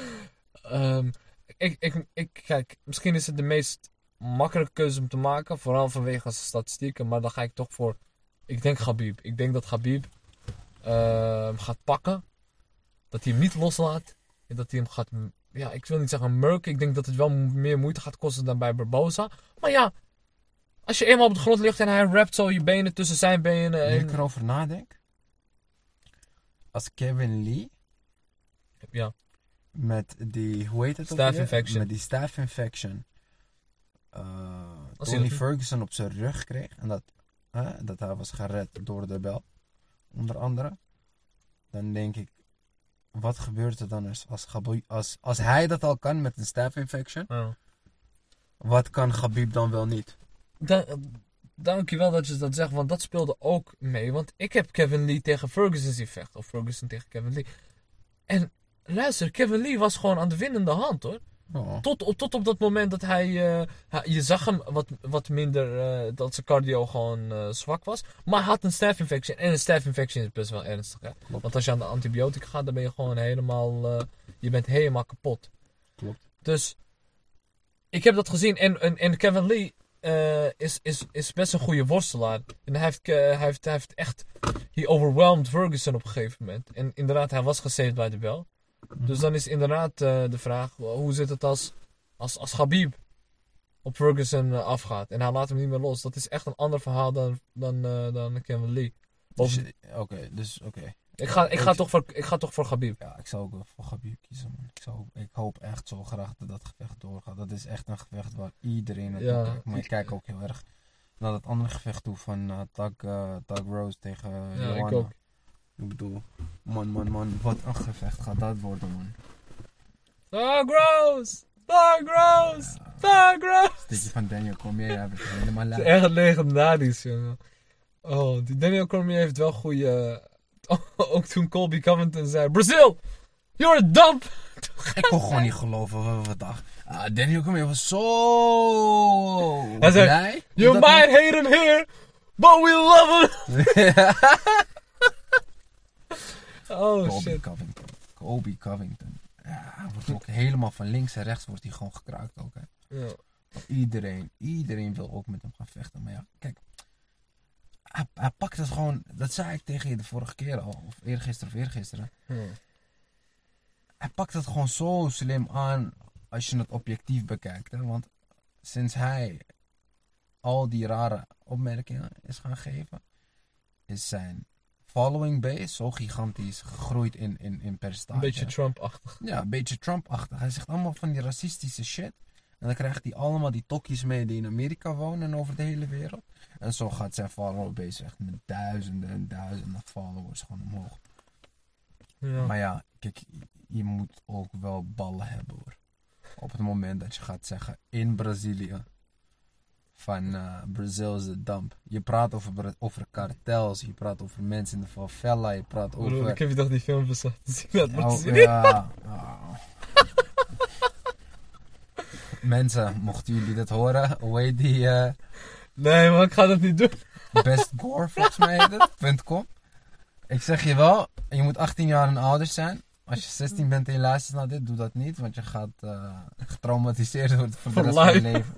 Speaker 1: Ehm, ik, ik, ik, kijk, misschien is het de meest makkelijke keuze om te maken. Vooral vanwege zijn statistieken. Maar dan ga ik toch voor... Ik denk Khabib. Ik denk dat Khabib ehm, gaat pakken. Dat hij hem niet loslaat. En dat hij hem gaat... m- Ja, ik wil niet zeggen murken. Ik denk dat het wel m- meer moeite gaat kosten dan bij Barbosa. Maar ja... Als je eenmaal op de grond ligt en hij rapt zo je benen tussen zijn benen.
Speaker 2: Nu
Speaker 1: En...
Speaker 2: ik erover nadenk. Als Kevin Lee
Speaker 1: Ja.
Speaker 2: met die... Hoe heet het ook
Speaker 1: Staph
Speaker 2: weer?
Speaker 1: infection.
Speaker 2: Met die staph infection. eh,
Speaker 1: Als hij
Speaker 2: Tony
Speaker 1: dat-
Speaker 2: Ferguson op zijn rug kreeg. En dat, hè, dat hij was gered door de bel. Onder andere. Dan denk ik... Wat gebeurt er dan als, als, Gabi- als, als hij dat al kan met een staph infection?
Speaker 1: Ja.
Speaker 2: Wat kan Gabib dan wel niet?
Speaker 1: Da dankjewel dat je dat zegt, want dat speelde ook mee. Want ik heb Kevin Lee tegen Ferguson zien vechten. Of Ferguson tegen Kevin Lee. En luister, Kevin Lee was gewoon aan de winnende hand hoor.
Speaker 2: Oh.
Speaker 1: Tot, op- tot op dat moment dat hij, eh, hij- Je zag hem wat, wat minder. eh, dat zijn cardio gewoon eh, zwak was. Maar hij had een staphinfectie. En een staphinfectie is best wel ernstig. Hè?
Speaker 2: Klopt.
Speaker 1: Want als je aan de antibiotica gaat, dan ben je gewoon helemaal. eh, je bent helemaal kapot.
Speaker 2: Klopt.
Speaker 1: Dus. Ik heb dat gezien. En, en, en Kevin Lee. eh, is, is, is best een goede worstelaar. En hij heeft, eh, hij heeft, hij heeft echt. He overwhelmed Ferguson op een gegeven moment. En inderdaad, hij was gesaved bij de bel.
Speaker 2: Mhm.
Speaker 1: Dus dan is inderdaad eh, de vraag: hoe zit het als als, als Khabib op Ferguson eh, afgaat en hij laat hem niet meer los. Dat is echt een ander verhaal dan, dan, eh, dan Kevin Lee.
Speaker 2: Dus,
Speaker 1: Of,
Speaker 2: eh, Oké, dus oké.
Speaker 1: ik, ga, ik, ga
Speaker 2: weet-
Speaker 1: toch voor, ik ga toch voor Khabib.
Speaker 2: Ja, ik zou ook wel voor Khabib kiezen, man. Ik, zou, ik hoop echt zo graag dat dat gevecht doorgaat. Dat is echt een gevecht waar iedereen naartoe
Speaker 1: Ja,
Speaker 2: kijkt. Maar ik
Speaker 1: ik-
Speaker 2: kijk ook heel erg naar dat andere gevecht toe van eh Doug, eh, Doug Rose tegen
Speaker 1: Ja,
Speaker 2: eh,
Speaker 1: ik
Speaker 2: Joanna.
Speaker 1: ook.
Speaker 2: Ik bedoel, man, man, man. Wat een gevecht gaat dat worden, man.
Speaker 1: Doug Rose! Doug Rose! Doug Rose!
Speaker 2: Stukje van Daniel Cormier hebben ze helemaal
Speaker 1: Het is
Speaker 2: laag.
Speaker 1: echt legendarisch, jongen. Oh, die Daniel Cormier heeft wel goede... ook toen Colby Covington zei... Brazil! You're a dump!
Speaker 2: Ik kon gewoon niet geloven wat we dachten. Ah, Daniel Cormier was zo
Speaker 1: Hij zei,
Speaker 2: blij.
Speaker 1: You
Speaker 2: Dat-
Speaker 1: might hate him here, but we love him! oh, shit.
Speaker 2: Kobe Covington. Kobe Covington. Ja, hij wordt ook helemaal van links en rechts wordt hij gewoon gekraakt ook. Hè.
Speaker 1: Ja.
Speaker 2: Iedereen, iedereen wil ook met hem gaan vechten. Maar ja, kijk. Hij, hij pakt het gewoon, dat zei ik tegen je de vorige keer al, of eergisteren of eergisteren.
Speaker 1: Ja.
Speaker 2: Hij pakt het gewoon zo slim aan als je het objectief bekijkt. Hè? Want sinds hij al die rare opmerkingen is gaan geven, is zijn following base zo gigantisch gegroeid in, in, in percentage.
Speaker 1: Een beetje Trump-achtig.
Speaker 2: Ja, een beetje Trump-achtig. Hij zegt allemaal van die racistische shit. En dan krijgt hij allemaal die tokkies mee die in Amerika wonen en over de hele wereld. En zo gaat zijn follower base echt met duizenden en duizenden followers gewoon omhoog.
Speaker 1: Ja.
Speaker 2: Maar ja, kijk, je moet ook wel ballen hebben hoor. Op het moment dat je gaat zeggen in Brazilië van eh Brazil is de damp. Je praat over, Bra- over kartels, je praat over mensen in de favela, je praat
Speaker 1: Broer,
Speaker 2: over...
Speaker 1: ik heb je toch die filmpjes laten zien uit Brazilië?
Speaker 2: Oh, ja. Oh. Mensen, mochten jullie dat horen, hoe heet die eh,
Speaker 1: Nee, maar ik ga dat niet doen.
Speaker 2: Best Gore, volgens mij heet het, punt .com. Ik zeg je wel, je moet 18 jaar en ouder zijn. Als je 16 bent en je luistert naar dit, doe dat niet, want je gaat eh, getraumatiseerd worden voor de
Speaker 1: Voor
Speaker 2: rest van je
Speaker 1: life.
Speaker 2: leven.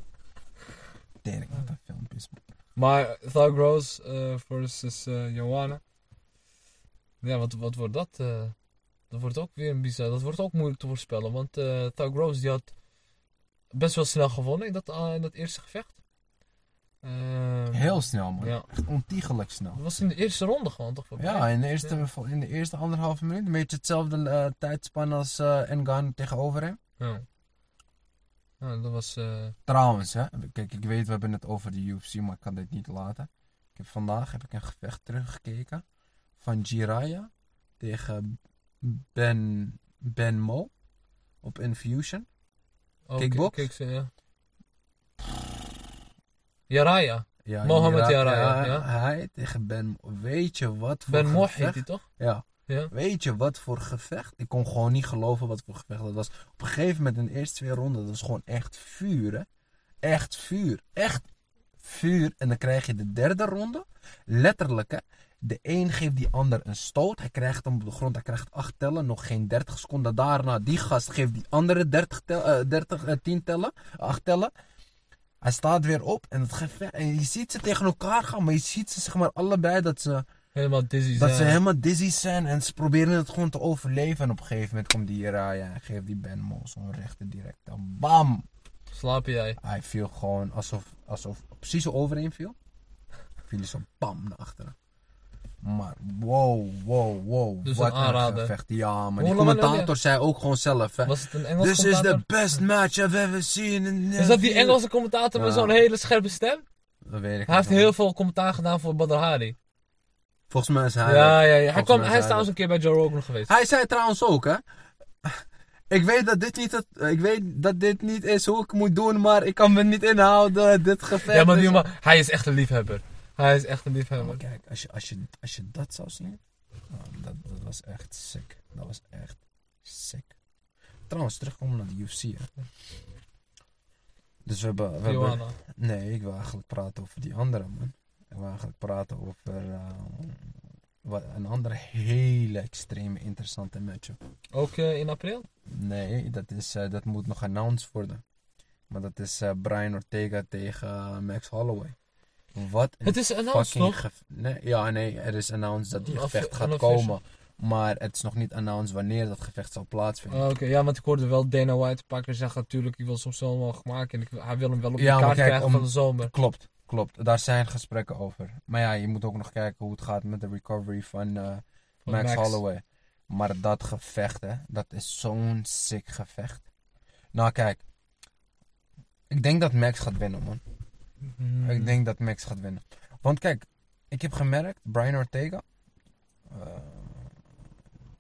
Speaker 2: Tering, wat een filmpjes. man.
Speaker 1: Maar Thug Rose eh, versus eh, Joanna. Ja, wat, wat wordt dat? eh? dat wordt ook weer een bizar. Dat wordt ook moeilijk te voorspellen. Want eh Thug Rose die had best wel snel gewonnen in dat, eh, in dat eerste gevecht. Ehm,
Speaker 2: Heel snel, man.
Speaker 1: Ja.
Speaker 2: Echt ontiegelijk snel.
Speaker 1: Dat was in de eerste ronde gewoon, toch? Voor
Speaker 2: Ja,
Speaker 1: mij?
Speaker 2: in de eerste, in de eerste anderhalve minuut. Een beetje hetzelfde eh, tijdspan als eh Ngannou tegenover hem.
Speaker 1: ja. Ja, dat was... eh,
Speaker 2: Trouwens, hè, kijk, ik weet, we hebben het over de UFC, maar ik kan dit niet laten. Ik heb, vandaag heb ik een gevecht teruggekeken van Jiraya tegen Ben, ben Mo op Infusion.
Speaker 1: oh,
Speaker 2: Kickbox?
Speaker 1: kick- kicks, ja. Jaraya.
Speaker 2: Ja,
Speaker 1: Mohamed
Speaker 2: Jira-
Speaker 1: Jiraiya, ja.
Speaker 2: Hij tegen Ben Mo. Weet je wat voor
Speaker 1: Ben Moch heet
Speaker 2: gevecht?
Speaker 1: die toch?
Speaker 2: Ja.
Speaker 1: Ja.
Speaker 2: Weet je wat voor gevecht? Ik kon gewoon niet geloven wat voor gevecht dat was. Op een gegeven moment in de eerste twee ronden, dat was gewoon echt vuur, hè? Echt vuur. Echt vuur. En dan krijg je de derde ronde. Letterlijk, hè? De een geeft die ander een stoot. Hij krijgt hem op de grond. Hij krijgt acht tellen. Nog geen 30 seconden. Daarna, die gast geeft die andere 30, tel, eh, 30 eh, 10 tellen. 8 tellen. Hij staat weer op. En, het gevecht, en je ziet ze tegen elkaar gaan. Maar je ziet ze, zeg maar, allebei dat ze.
Speaker 1: Helemaal dizzy
Speaker 2: Dat ze
Speaker 1: zijn.
Speaker 2: helemaal dizzy zijn en ze proberen het gewoon te overleven. En op een gegeven moment komt die Jiraya en geeft die Ben Mol zo'n rechter direct. Dan bam!
Speaker 1: Slapen jij.
Speaker 2: Hij viel gewoon alsof, alsof precies zo overheen viel. Viel hij zo bam naar achteren. Maar wow, wow, wow.
Speaker 1: Dus
Speaker 2: wat
Speaker 1: een aanrader.
Speaker 2: gevecht. Ja, maar
Speaker 1: Hoe
Speaker 2: die
Speaker 1: lang ben je-
Speaker 2: commentator zei ook gewoon zelf. Hè.
Speaker 1: Was het een Engelse
Speaker 2: This is
Speaker 1: commentator?
Speaker 2: the best match I've ever seen. in
Speaker 1: Is dat die
Speaker 2: years."
Speaker 1: Engelse commentator met
Speaker 2: Ja.
Speaker 1: zo'n hele scherpe stem?
Speaker 2: Dat weet ik
Speaker 1: Hij heeft
Speaker 2: niet.
Speaker 1: heel veel commentaar gedaan voor Badr Hari.
Speaker 2: Volgens mij is hij...
Speaker 1: Ja, ja, ja. Hij,
Speaker 2: Volgens
Speaker 1: kwam,
Speaker 2: mij
Speaker 1: hij is
Speaker 2: zei
Speaker 1: trouwens een keer bij Joe Rogan geweest.
Speaker 2: Hij zei trouwens ook, hè. Ik weet, dat dit niet het, ik weet dat dit niet is hoe ik moet doen, maar ik kan me niet inhouden. Dit gevecht.
Speaker 1: Ja, maar,
Speaker 2: is-
Speaker 1: die, maar hij is echt een liefhebber. Hij is echt een
Speaker 2: Ja, maar
Speaker 1: liefhebber.
Speaker 2: kijk, als je, als, je, als je dat zou zien. nou, dat, dat was echt sick. Dat was echt sick. Trouwens, terugkomen naar de UFC. Hè. Dus we hebben... We hebben
Speaker 1: Johanna.
Speaker 2: nee, ik wil eigenlijk praten over die andere man. Ik wil eigenlijk praten over eh, wat, een andere hele extreme interessante matchup.
Speaker 1: Ook eh, in april?
Speaker 2: Nee, dat, is, eh, dat moet nog announced worden. Maar dat is eh, Brian Ortega tegen eh, Max Holloway. Wat een
Speaker 1: Het is announced,
Speaker 2: fucking
Speaker 1: toch?
Speaker 2: geve- nee, ja, nee, er is announced dat die
Speaker 1: Een
Speaker 2: gevecht
Speaker 1: affi-
Speaker 2: gaat
Speaker 1: een official.
Speaker 2: komen. Maar het is nog niet announced wanneer dat gevecht zal plaatsvinden.
Speaker 1: Ah, Oké, ja, want ik hoorde wel Dana White pakken zeggen, natuurlijk, ik wil soms wel mogelijk maken. En ik, hij wil hem wel op
Speaker 2: Ja,
Speaker 1: de
Speaker 2: maar
Speaker 1: kaart
Speaker 2: kijk,
Speaker 1: krijgen
Speaker 2: om-
Speaker 1: van de zomer.
Speaker 2: Klopt, klopt. Daar zijn gesprekken over. Maar ja, je moet ook nog kijken hoe het gaat met de recovery van, eh,
Speaker 1: Van
Speaker 2: Max, Holloway. Maar dat gevecht, hè, dat is zo'n sick gevecht. Nou, kijk. Ik denk dat Max gaat winnen, man.
Speaker 1: Mhm.
Speaker 2: Ik denk dat Max gaat winnen. Want kijk, ik heb gemerkt, Brian Ortega. eh,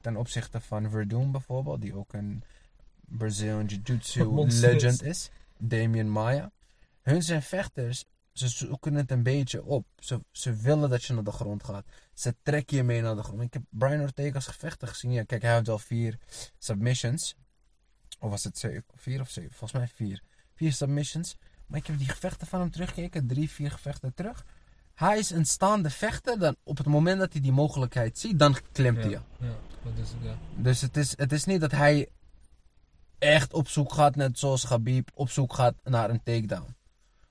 Speaker 2: ten opzichte van Verdun bijvoorbeeld, die ook een Brazilian Jiu-Jitsu
Speaker 1: Monster is.
Speaker 2: legend is. Damien Maya. Hun zijn vechters, ze zoeken het een beetje op. Ze, ze willen dat je naar de grond gaat. Ze trekken je mee naar de grond. Ik heb Brian Ortega's gevechten gezien. Ja, kijk, hij heeft wel vier submissions. Of was het zeven, vier of zeven? Volgens mij vier. Vier submissions. Maar ik heb die gevechten van hem teruggekeken. Drie, vier gevechten terug. Hij is een staande vechter. Dan op het moment dat hij die mogelijkheid ziet, dan klimt hij.
Speaker 1: Ja, ja, dat is het, ja.
Speaker 2: Dus het is, het is niet dat hij echt op zoek gaat, net zoals Khabib, op zoek gaat naar een takedown.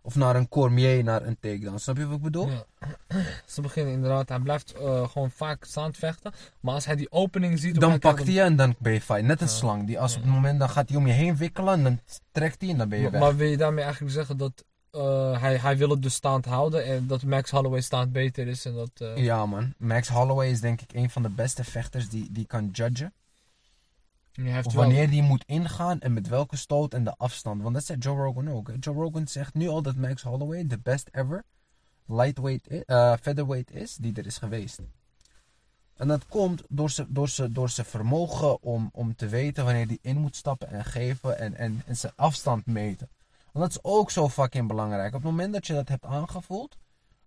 Speaker 2: Of naar een Cormier, naar een takedown. Snap je wat ik bedoel?
Speaker 1: Ja. Ze beginnen inderdaad, hij blijft eh, gewoon vaak staand vechten. Maar als hij die opening ziet...
Speaker 2: Dan pakt
Speaker 1: krijgt
Speaker 2: hij je en dan ben je fijn. Net een
Speaker 1: Ja.
Speaker 2: slang. Die als
Speaker 1: Ja.
Speaker 2: op het moment dan gaat hij om je heen wikkelen en dan trekt hij en dan ben je
Speaker 1: Maar,
Speaker 2: weg.
Speaker 1: maar wil je daarmee eigenlijk zeggen dat eh, hij, hij wil het dus staand houden en dat Max Holloway staand beter is en dat... eh,
Speaker 2: Ja man, Max Holloway is denk ik een van de beste vechters die, die kan judgen.
Speaker 1: hij heeft
Speaker 2: Of
Speaker 1: wel-
Speaker 2: wanneer die moet ingaan en met welke stoot en de afstand. Want dat zegt Joe Rogan ook. hè. Joe Rogan zegt nu al dat Max Holloway de best ever lightweight, i- eh, featherweight is die er is geweest. En dat komt door zijn door ze- door ze vermogen om, om te weten wanneer die in moet stappen en geven en, en, en zijn afstand meten. Want dat is ook zo fucking belangrijk. Op het moment dat je dat hebt aangevoeld,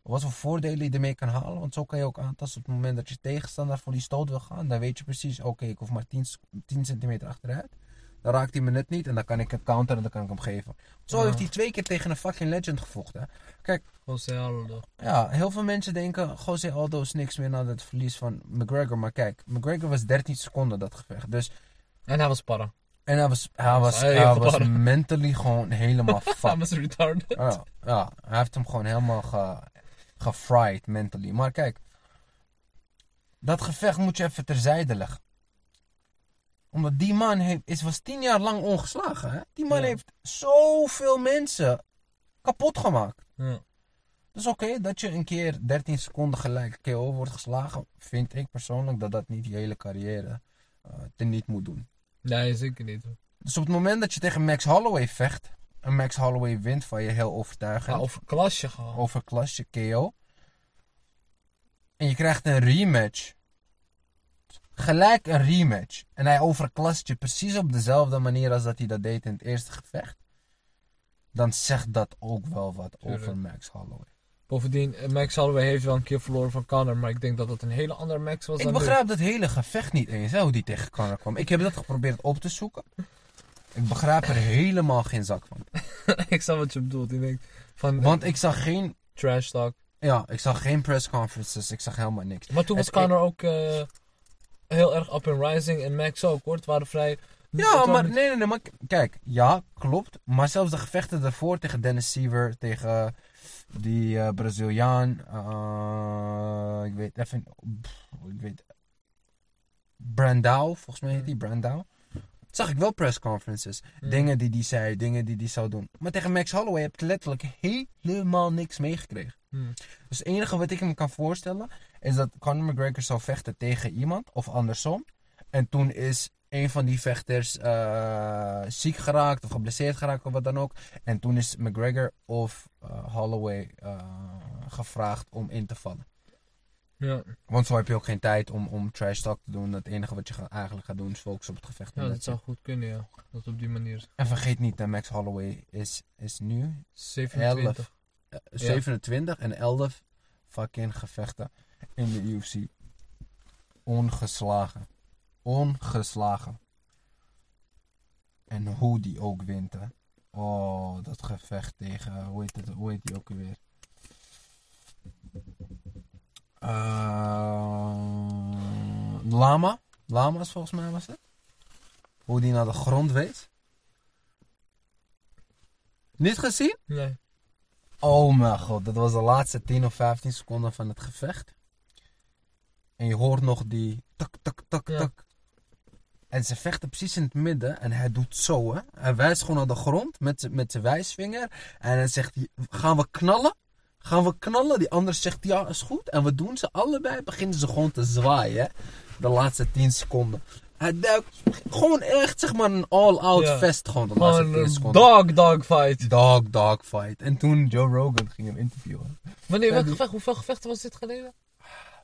Speaker 2: wat voor voordelen je ermee kan halen. Want zo kan je ook aantasten op het moment dat je tegenstander voor die stoot wil gaan. Dan weet je precies, oké, ik hoef maar 10, sec- 10 centimeter achteruit. Dan raakt hij me net niet en dan kan ik hem counteren en dan kan ik hem geven. Zo
Speaker 1: Ja.
Speaker 2: heeft hij twee keer tegen een fucking legend gevochten. Kijk,
Speaker 1: José Aldo.
Speaker 2: ja, heel veel mensen denken José Aldo is niks meer na het verlies van McGregor. Maar kijk, McGregor was 13 seconden dat gevecht. Dus,
Speaker 1: En hij was para.
Speaker 2: en hij was, hij was,
Speaker 1: Hij
Speaker 2: hij
Speaker 1: heeft
Speaker 2: was
Speaker 1: gewonnen.
Speaker 2: mentally gewoon helemaal
Speaker 1: Hij
Speaker 2: fucked.
Speaker 1: was retarded.
Speaker 2: Ja, ja, hij heeft hem gewoon helemaal ge, gefried mentally. Maar kijk, dat gevecht moet je even terzijde leggen. Omdat die man heeft, is, was tien jaar lang ongeslagen. Hè? Die man
Speaker 1: Ja.
Speaker 2: heeft zoveel mensen kapot gemaakt.
Speaker 1: Ja.
Speaker 2: Dus oké, dat je een keer 13 seconden gelijk KO wordt geslagen, vind ik persoonlijk dat dat niet je hele carrière eh teniet moet doen.
Speaker 1: Nee, zeker niet.
Speaker 2: Dus op het moment dat je tegen Max Holloway vecht, en Max Holloway wint van je heel overtuigend,
Speaker 1: Ga over klasje gaan.
Speaker 2: overklas je KO. En je krijgt een rematch. Gelijk een rematch. En hij overklast je precies op dezelfde manier als dat hij dat deed in het eerste gevecht. Dan zegt dat ook wel wat
Speaker 1: Tuurlijk.
Speaker 2: over Max Holloway.
Speaker 1: Bovendien, eh, Max Holloway heeft wel een keer verloren van Conor, maar ik denk dat dat een hele andere Max was
Speaker 2: Ik
Speaker 1: dan nu.
Speaker 2: begrijp dat hele gevecht niet eens, hè, hoe die tegen Conor kwam. Ik heb dat geprobeerd op te zoeken. Ik begrijp er helemaal geen zak van.
Speaker 1: ik snap wat je bedoelt. Ik denk van
Speaker 2: Want ik zag geen,
Speaker 1: trash talk.
Speaker 2: ja, ik zag geen pressconferences, ik zag helemaal niks.
Speaker 1: Maar toen was
Speaker 2: Het- e- ik-
Speaker 1: Conor ook eh, heel erg up and rising en Max ook hoor. Het waren vrij... het
Speaker 2: Ja,
Speaker 1: waren
Speaker 2: maar
Speaker 1: niet-
Speaker 2: nee, nee, nee, maar k- kijk, ja, klopt. Maar zelfs de gevechten daarvoor tegen Dennis Seaver, tegen die eh, Braziliaan, eh, ik weet even, pff, ik weet, Brandao, volgens mij heet die, Brandao. Zag ik wel pressconferences.
Speaker 1: Hmm.
Speaker 2: Dingen die die zei, dingen die die zou doen. Maar tegen Max Holloway heb ik letterlijk helemaal niks meegekregen.
Speaker 1: Hmm.
Speaker 2: Dus het enige wat ik me kan voorstellen is dat Conor McGregor zou vechten tegen iemand of andersom. En toen is een van die vechters eh, ziek geraakt of geblesseerd geraakt of wat dan ook. En toen is McGregor of eh, Holloway eh, gevraagd om in te vallen.
Speaker 1: Ja,
Speaker 2: Want zo heb je ook geen tijd om, om trash talk te doen. Het enige wat je ga- eigenlijk gaat doen is focussen op het gevecht.
Speaker 1: ja,
Speaker 2: En
Speaker 1: dat
Speaker 2: dat-
Speaker 1: zou goed kunnen ja. Dat op die manier.
Speaker 2: En vergeet niet dat Max Holloway is, is nu
Speaker 1: 27.
Speaker 2: 11. eh, 27 en 11 fucking gevechten in de UFC. Ongeslagen. Ongeslagen. En hoe die ook wint, hè. Oh, dat gevecht tegen... Hoe heet, het, hoe heet die ook weer? Eh, Lama. Lama's volgens mij was het. Hoe die naar de grond wees. Niet gezien?
Speaker 1: Nee.
Speaker 2: Oh mijn god, dat was de laatste 10 of 15 seconden van het gevecht. En je hoort nog die tak, tak, tak,
Speaker 1: Ja.
Speaker 2: tak. En ze vechten precies in het midden en hij doet zo, hè. Hij wijst gewoon naar de grond met, z'n- met zijn wijsvinger. En hij zegt, gaan we knallen? Gaan we knallen? Die ander zegt, ja, is goed. En wat doen ze? Allebei beginnen ze gewoon te zwaaien, hè. De laatste 10 seconden. Hij duikt gewoon echt, zeg maar, een all-out
Speaker 1: Ja.
Speaker 2: vest gewoon de laatste
Speaker 1: Gewoon
Speaker 2: 10
Speaker 1: een
Speaker 2: seconden.
Speaker 1: dog dog fight.
Speaker 2: Dog, dog fight. En toen Joe Rogan ging hem interviewen.
Speaker 1: Wanneer,
Speaker 2: Ja,
Speaker 1: welk
Speaker 2: die-
Speaker 1: gevecht, hoeveel gevechten was dit geleden?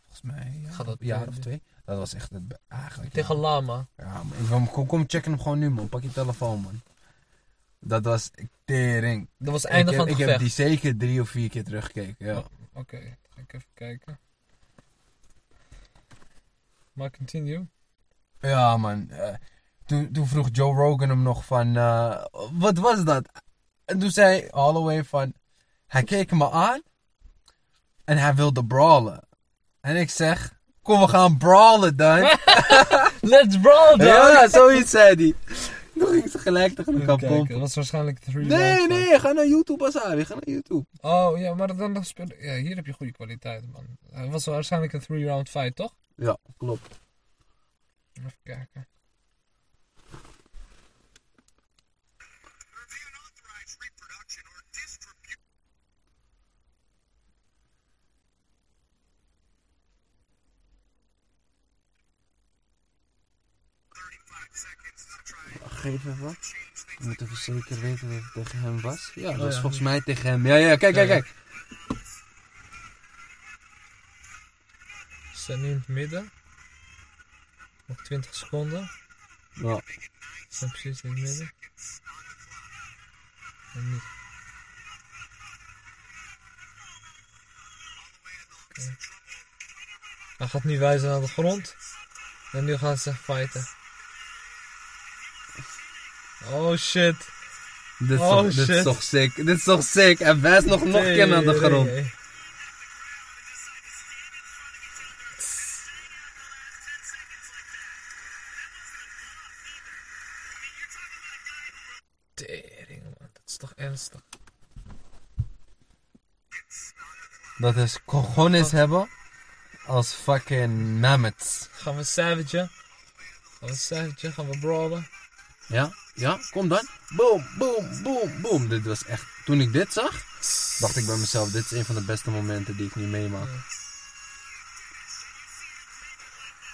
Speaker 2: Volgens mij ja,
Speaker 1: Gaat dat
Speaker 2: een jaar
Speaker 1: eh,
Speaker 2: of twee. Dat was echt het be- eigenlijk.
Speaker 1: Tegen
Speaker 2: ja.
Speaker 1: Lama.
Speaker 2: Ja, maar ik wil hem- kom, kom checken hem gewoon nu man. Pak je telefoon man. Dat was tering.
Speaker 1: Dat was het
Speaker 2: ik
Speaker 1: einde
Speaker 2: heb,
Speaker 1: van het
Speaker 2: ik heb
Speaker 1: gevecht.
Speaker 2: die zeker drie of vier keer teruggekeken. Ja.
Speaker 1: Ja. Oké, ga ik even kijken. Maar continue.
Speaker 2: Ja, man. eh, toen, toen vroeg Joe Rogan hem nog van, eh, wat was dat? En toen zei Holloway van, hij keek me aan en hij wilde brawlen. En ik zeg, kom we gaan brawlen dan.
Speaker 1: Let's brawl, dog!
Speaker 2: ja, zoiets zei hij. Toen ging ze gelijk tegen
Speaker 1: Even
Speaker 2: elkaar
Speaker 1: kijken,
Speaker 2: pompen.
Speaker 1: Dat was waarschijnlijk 3
Speaker 2: Nee, nee, ga naar YouTube, Asabi. Ga naar YouTube.
Speaker 1: Oh ja, maar dan, dan speel, ja, hier heb je goede kwaliteit, man. Het was waarschijnlijk een 3-round fight, toch?
Speaker 2: Ja, klopt.
Speaker 1: Even kijken.
Speaker 2: Geef even wat. We moeten even zeker weten dat het tegen hem was. Ja, dat
Speaker 1: Oh,
Speaker 2: was
Speaker 1: ja.
Speaker 2: volgens mij tegen hem. Ja, ja, kijk, kijk,
Speaker 1: Ja, ja.
Speaker 2: kijk.
Speaker 1: Ze zijn nu in het midden. Nog 20 seconden.
Speaker 2: Ja.
Speaker 1: Ze zijn precies in het Nou, midden. En niet. Oké. Hij gaat nu wijzen naar de grond. En nu gaan ze fighten. Oh shit.
Speaker 2: Dit, is
Speaker 1: Oh,
Speaker 2: toch, dit is
Speaker 1: shit.
Speaker 2: toch sick. Dit is toch sick. En wijst nog, nog een keer naar de grond.
Speaker 1: Tering, Tering, man, dat is toch ernstig?
Speaker 2: Dat is cojones hebben als fucking mammoths.
Speaker 1: Gaan we savagen? Gaan we savagen? Gaan we brawlen?
Speaker 2: Ja, ja, kom dan. Boom, boom, boom, boom. Dit was echt... Toen ik dit zag, dacht ik bij mezelf, dit is een van de beste momenten die ik nu meemaak.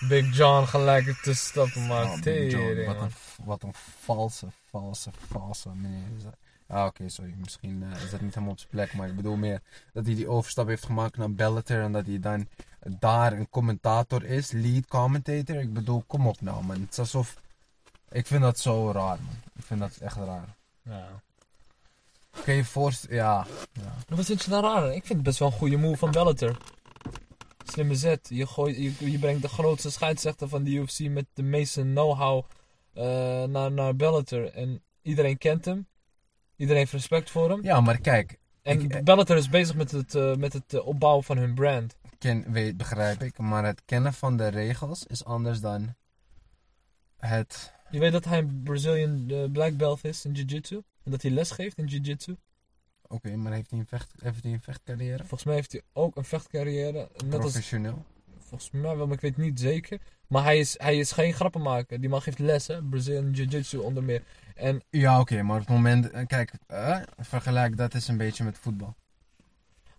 Speaker 1: Big John gelijk er tussen stappen, maar
Speaker 2: Oh, Big John,
Speaker 1: tering,
Speaker 2: wat,
Speaker 1: man.
Speaker 2: een, f- wat een valse, valse, valse meneer is dat. Ah, oké, sorry. Misschien eh, is dat niet helemaal op zijn plek, maar ik bedoel meer dat hij die overstap heeft gemaakt naar Bellator en dat hij dan daar een commentator is, lead commentator. Ik bedoel, kom op nou, man. Het is alsof... Ik vind dat zo raar, man. Ik vind dat echt raar.
Speaker 1: Ja.
Speaker 2: Kun je je voorstellen... Ja.
Speaker 1: Wat vind je daar raar? aan? Ik vind het best wel een goede move van Bellator. Slimme zet. Je, gooit, je, je brengt de grootste scheidsrechter van de UFC met de meeste know-how eh, naar, naar Bellator. En iedereen kent hem. Iedereen heeft respect voor hem.
Speaker 2: Ja, maar kijk.
Speaker 1: en
Speaker 2: ik-
Speaker 1: Bellator is bezig met het, eh, met het eh, opbouwen van hun brand.
Speaker 2: Ken, weet, begrijp ik. Maar het kennen van de regels is anders dan het...
Speaker 1: Je weet dat hij een Brazilian eh, black belt is in jiu-jitsu. En dat hij les geeft in jiu-jitsu.
Speaker 2: Oké, maar heeft hij een, vecht, heeft hij een vechtcarrière?
Speaker 1: Volgens mij heeft hij ook een vechtcarrière. Net als,
Speaker 2: Professioneel?
Speaker 1: volgens mij wel, maar ik weet niet zeker. Maar hij is, hij is geen grappenmaker. Die man geeft lessen. Brazilian jiu-jitsu onder meer. En
Speaker 2: Ja, oké, maar op het moment... eh, Kijk, eh, vergelijk dat is een beetje met voetbal.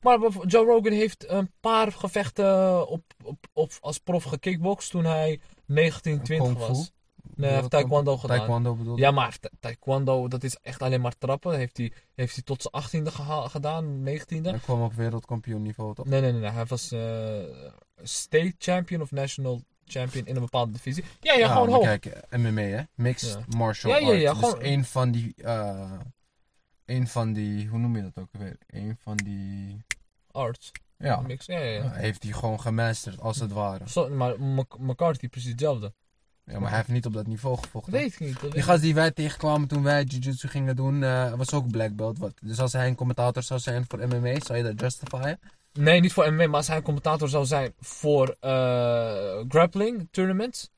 Speaker 1: Maar bijv- Joe Rogan heeft een paar gevechten eh, op, op, op, als prof gekickboxd toen hij 19, 20
Speaker 2: Kung fu?
Speaker 1: was. Nee, hij heeft taekwondo gedaan.
Speaker 2: Taekwondo bedoel je?
Speaker 1: Ja, maar hij heeft ta- taekwondo, dat is echt alleen maar trappen. Heeft hij, heeft hij tot zijn 18e geha- gedaan, 19e.
Speaker 2: Hij kwam op wereldkampioen niveau, toch?
Speaker 1: Nee, nee, nee, nee. Hij was eh, state champion of national champion in een bepaalde divisie. Ja, ja, gewoon
Speaker 2: maar
Speaker 1: hoog.
Speaker 2: Kijk, eh, MMA, hè? Mixed
Speaker 1: Ja.
Speaker 2: Martial
Speaker 1: Ja, ja, ja,
Speaker 2: Arts.
Speaker 1: gewoon-
Speaker 2: Dus één van die... eh, één van die... Hoe noem je dat ook weer? Eén van die...
Speaker 1: Arts.
Speaker 2: Ja, eh,
Speaker 1: Mix. Ja, ja, ja.
Speaker 2: ja, heeft hij gewoon gemasterd, als het ware.
Speaker 1: Zo, maar Mc- McCarthy precies hetzelfde.
Speaker 2: Ja, maar hij heeft niet op dat niveau gevochten.
Speaker 1: weet ik niet. dat
Speaker 2: Die
Speaker 1: weet ik-
Speaker 2: gast die wij tegenkwamen toen wij jiu-jitsu gingen doen, eh, was ook black belt. Wat. Dus als hij een commentator zou zijn voor MMA, zou je dat justifyen?
Speaker 1: Nee, niet voor MMA, maar als hij een commentator zou zijn voor eh, grappling tournaments.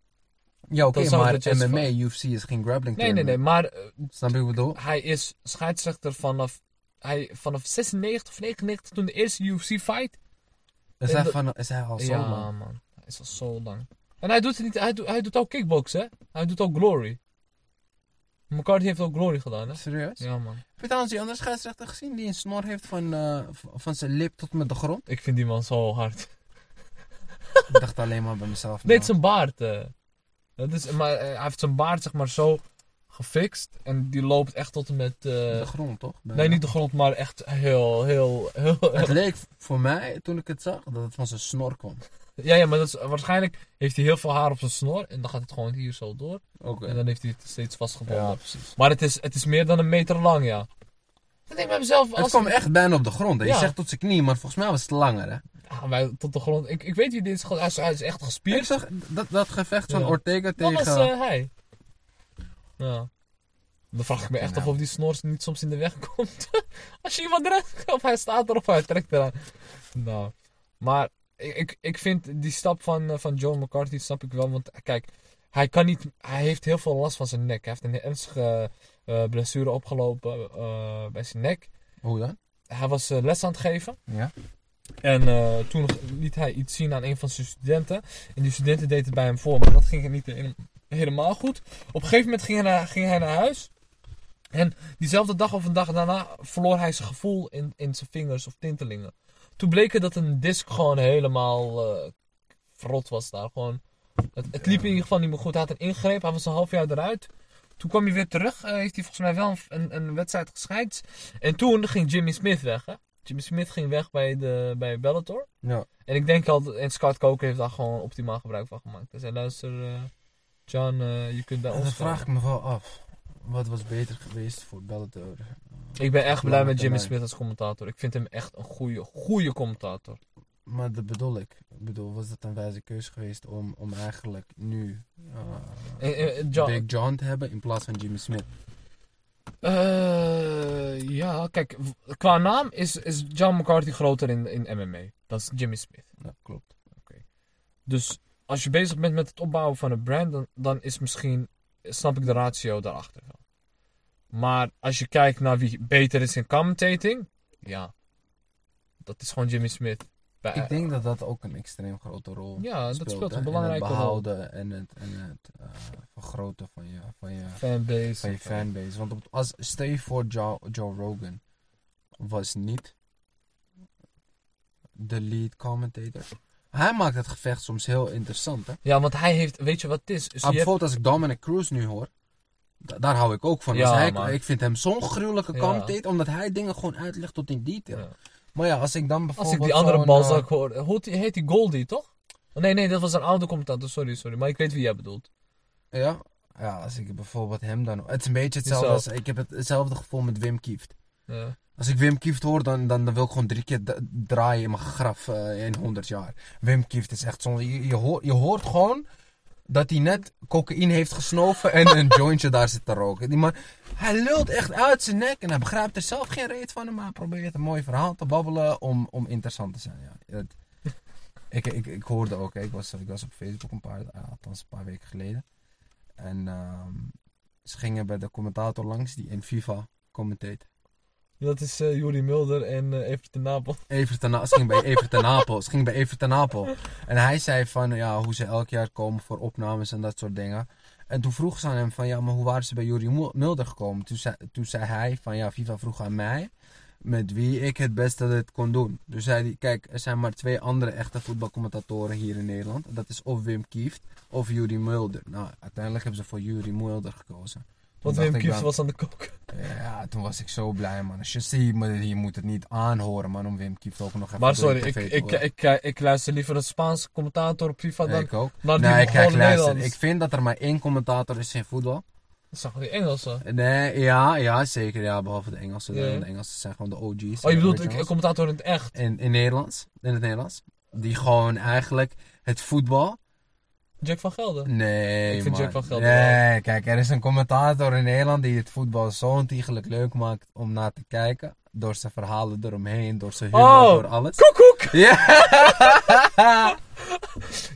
Speaker 2: Ja, oké,
Speaker 1: Dan zou dat
Speaker 2: maar MMA,
Speaker 1: justifyen.
Speaker 2: UFC is geen grappling
Speaker 1: Nee, nee, nee,
Speaker 2: tournament.
Speaker 1: maar eh,
Speaker 2: Snap je wat ik bedoel?
Speaker 1: hij is scheidsrechter vanaf, hij, vanaf 96 of 99 toen de eerste UFC fight.
Speaker 2: Is
Speaker 1: En
Speaker 2: hij,
Speaker 1: dat-
Speaker 2: van, is hij al zo
Speaker 1: ja,
Speaker 2: lang?
Speaker 1: Hij is al zo lang. En hij doet, het niet, hij, doet, hij doet ook kickboksen, hè? Hij doet ook glory. McCarthy heeft ook glory gedaan, hè?
Speaker 2: Serieus?
Speaker 1: Ja, man.
Speaker 2: Heb je trouwens die andere scheidsrechter gezien die een snor heeft van, eh, v- van zijn lip tot met de grond?
Speaker 1: Ik vind die man zo hard.
Speaker 2: Ik dacht alleen maar bij mezelf.
Speaker 1: Nee,
Speaker 2: nou.
Speaker 1: het is zijn baard. eh. Dat is, maar eh, hij heeft zijn baard, zeg maar, zo gefixt. En die loopt echt tot en met... eh,
Speaker 2: de grond, toch?
Speaker 1: nee, niet de grond, maar echt heel, heel, heel...
Speaker 2: Het leek voor mij, toen ik het zag, dat het van zijn snor kwam.
Speaker 1: Ja, ja, maar dat is, waarschijnlijk heeft hij heel veel haar op zijn snor. En dan gaat het gewoon hier zo door.
Speaker 2: Oké.
Speaker 1: En dan heeft hij het steeds vastgebonden.
Speaker 2: Ja, precies.
Speaker 1: Maar het is, het is meer dan een meter lang, ja. Ik denk bij mezelf,
Speaker 2: Het
Speaker 1: als
Speaker 2: kwam echt bijna op de grond. Hè. Je
Speaker 1: Ja.
Speaker 2: zegt tot zijn knie, maar volgens mij was het langer. Hè.
Speaker 1: Ja, maar Ah, tot de grond. Ik, ik weet wie dit is. Hij is, hij is echt
Speaker 2: Ik
Speaker 1: gespierd.
Speaker 2: zag dat, dat gevecht van
Speaker 1: Ja.
Speaker 2: Ortega
Speaker 1: Dat was
Speaker 2: tegen...
Speaker 1: eh, hij. Ja. Dan vraag ik me echt af of die snor niet soms in de weg komt. Als je iemand eruit of hij staat er of hij trekt eraan. Nou. Maar ik, ik, ik vind die stap van, eh, van John McCarthy, snap ik wel. Want kijk, hij kan niet... Hij heeft heel veel last van zijn nek. Hij heeft een ernstige eh, blessure opgelopen eh, bij zijn nek.
Speaker 2: Hoe dan?
Speaker 1: Hij was eh, les aan het geven.
Speaker 2: Ja.
Speaker 1: En eh, toen liet hij iets zien aan een van zijn studenten. En die studenten deed het bij hem voor, maar dat ging niet he- helemaal goed. Op een gegeven moment ging hij naar, ging hij naar huis. En diezelfde dag of een dag daarna verloor hij zijn gevoel in, in zijn vingers of tintelingen. Toen bleek het dat een disc gewoon helemaal eh verrot was daar. Gewoon, het, het liep in ieder geval niet meer goed. Hij had een ingreep, hij was een half jaar eruit. Toen kwam hij weer terug, eh, heeft hij volgens mij wel een, een, een wedstrijd gescheid. En toen ging Jimmy Smith weg, hè? Jimmy Smith ging weg bij, de, bij Bellator.
Speaker 2: Ja.
Speaker 1: En ik denk al, dat- en Scott Coker heeft daar gewoon optimaal gebruik van gemaakt. Hij zei, luister, eh, John, eh, je kunt bij
Speaker 2: En dan
Speaker 1: ons
Speaker 2: vraag
Speaker 1: komen.
Speaker 2: ik me wel af. Wat was beter geweest voor Bellator?
Speaker 1: Ik ben echt blij
Speaker 2: Lange
Speaker 1: met Jimmy
Speaker 2: termijn.
Speaker 1: Smith als commentator. Ik vind hem echt een goede, goede commentator.
Speaker 2: Maar dat bedoel ik. Ik bedoel, was dat een wijze keuze geweest om, om eigenlijk nu eh,
Speaker 1: Eh, eh, John-
Speaker 2: Big John te hebben in plaats van Jimmy Smith?
Speaker 1: Eh, ja, kijk, w- qua naam is, is John McCarthy groter in, in MMA. Dat is Jimmy Smith.
Speaker 2: Ja, klopt.
Speaker 1: Dus als je bezig bent met het opbouwen van een brand, dan, dan is misschien, snap ik de ratio daarachter wel. Maar als je kijkt naar wie beter is in commentating, ja, dat is gewoon Jimmy Smith. Bij-
Speaker 2: Ik denk dat dat ook een extreem grote rol
Speaker 1: ja, dat speelt
Speaker 2: hè.
Speaker 1: een belangrijke
Speaker 2: en het
Speaker 1: rol.
Speaker 2: behouden en het, en het eh, vergroten van je, van je,
Speaker 1: Fanbase.
Speaker 2: van je fanbase. Want op, het- als, stel je voor, Joe, Joe Rogan was niet de lead commentator. Hij maakt het gevecht soms heel interessant, hè?
Speaker 1: Ja, want hij heeft, weet je wat het is? Dus
Speaker 2: Maar
Speaker 1: je hebt-
Speaker 2: Ah, bijvoorbeeld als ik Dominic Cruz nu hoor, da- daar hou ik ook van.
Speaker 1: Ja,
Speaker 2: als
Speaker 1: man.
Speaker 2: hij, ik vind hem zo'n gruwelijke
Speaker 1: Ja.
Speaker 2: commentator, omdat hij dingen gewoon uitlegt tot in detail.
Speaker 1: Ja.
Speaker 2: Maar ja, als ik
Speaker 1: als
Speaker 2: dan bijvoorbeeld
Speaker 1: ik die andere
Speaker 2: zo'n, eh,
Speaker 1: balzak hoor, heet die, heet die Goldie toch? Oh, Nee, nee, dat was een oude commentator, sorry, sorry. Maar ik weet wie jij bedoelt.
Speaker 2: eh, ja, ja, als ik bijvoorbeeld hem dan... Het is een beetje hetzelfde
Speaker 1: Jezelf.
Speaker 2: als... Ik heb het- hetzelfde gevoel met Wim Kieft.
Speaker 1: Ja.
Speaker 2: Als ik Wim Kieft hoor, dan, dan, dan wil ik gewoon drie keer da- draaien in mijn graf eh, in 100 jaar. Wim Kieft is echt zo'n... Je, je, hoort, je hoort gewoon dat hij net cocaïne heeft gesnoven en een jointje daar zit te roken. Die man, hij lult echt uit zijn nek en hij begrijpt er zelf geen reet van. Maar hij probeert een mooi verhaal te babbelen om, om interessant te zijn. Ja, Het- ik, ik, ik hoorde ook, hè, ik was, ik was op Facebook een paar, eh, althans een paar weken geleden. En ehm, ze gingen bij de commentator langs die in FIFA commenteert.
Speaker 1: Dat is eh Juri Mulder en eh Evert de Napel.
Speaker 2: Everton, ze ging bij Everton Napel. Ze ging bij Everton Napel. En hij zei van ja, hoe ze elk jaar komen voor opnames en dat soort dingen. En toen vroeg ze aan hem van ja, maar hoe waren ze bij Juri Mu- Mulder gekomen? Toen zei, toen zei hij van ja, FIFA vroeg aan mij met wie ik het beste dit kon doen. Toen zei hij, kijk, er zijn maar twee andere echte voetbalcommentatoren hier in Nederland. Dat is of Wim Kieft of Juri Mulder. Nou, uiteindelijk hebben ze voor Juri Mulder gekozen. Toen
Speaker 1: Want
Speaker 2: dacht
Speaker 1: Wim
Speaker 2: ik
Speaker 1: Kieft
Speaker 2: dan-
Speaker 1: was aan de koken.
Speaker 2: ja, toen was ik zo blij, man. Als je ziet, maar je moet het niet aanhoren, man, om Wim Kieft ook nog even
Speaker 1: Maar
Speaker 2: door je
Speaker 1: sorry, ik,
Speaker 2: privé
Speaker 1: ik,
Speaker 2: te
Speaker 1: ik,
Speaker 2: horen.
Speaker 1: ik, eh, ik luister liever een Spaanse commentator op FIFA
Speaker 2: Ja,
Speaker 1: dan...
Speaker 2: ik ook.
Speaker 1: dan die
Speaker 2: nee, ik kijk,
Speaker 1: Mongolen
Speaker 2: luister.
Speaker 1: Nederlanders.
Speaker 2: Ik vind dat er maar één commentator is in voetbal.
Speaker 1: Dat zijn gewoon die Engelsen.
Speaker 2: Nee, ja, ja, zeker. Ja, behalve de Engelsen.
Speaker 1: Ja.
Speaker 2: De Engelsen zijn gewoon de OG's.
Speaker 1: Oh, je
Speaker 2: de
Speaker 1: bedoelt een
Speaker 2: originals.
Speaker 1: commentator in het echt?
Speaker 2: in, in Nederlands. In het Nederlands. Die gewoon eigenlijk het voetbal
Speaker 1: Jack van Gelder.
Speaker 2: Nee,
Speaker 1: Ik vind
Speaker 2: man.
Speaker 1: Jack van Gelder
Speaker 2: Nee, kijk, er is een commentator in Nederland die het voetbal zo ontiegelijk leuk maakt om naar te kijken. Door zijn verhalen eromheen, door zijn humor,
Speaker 1: Oh.
Speaker 2: door alles.
Speaker 1: Koekoek!
Speaker 2: Ja!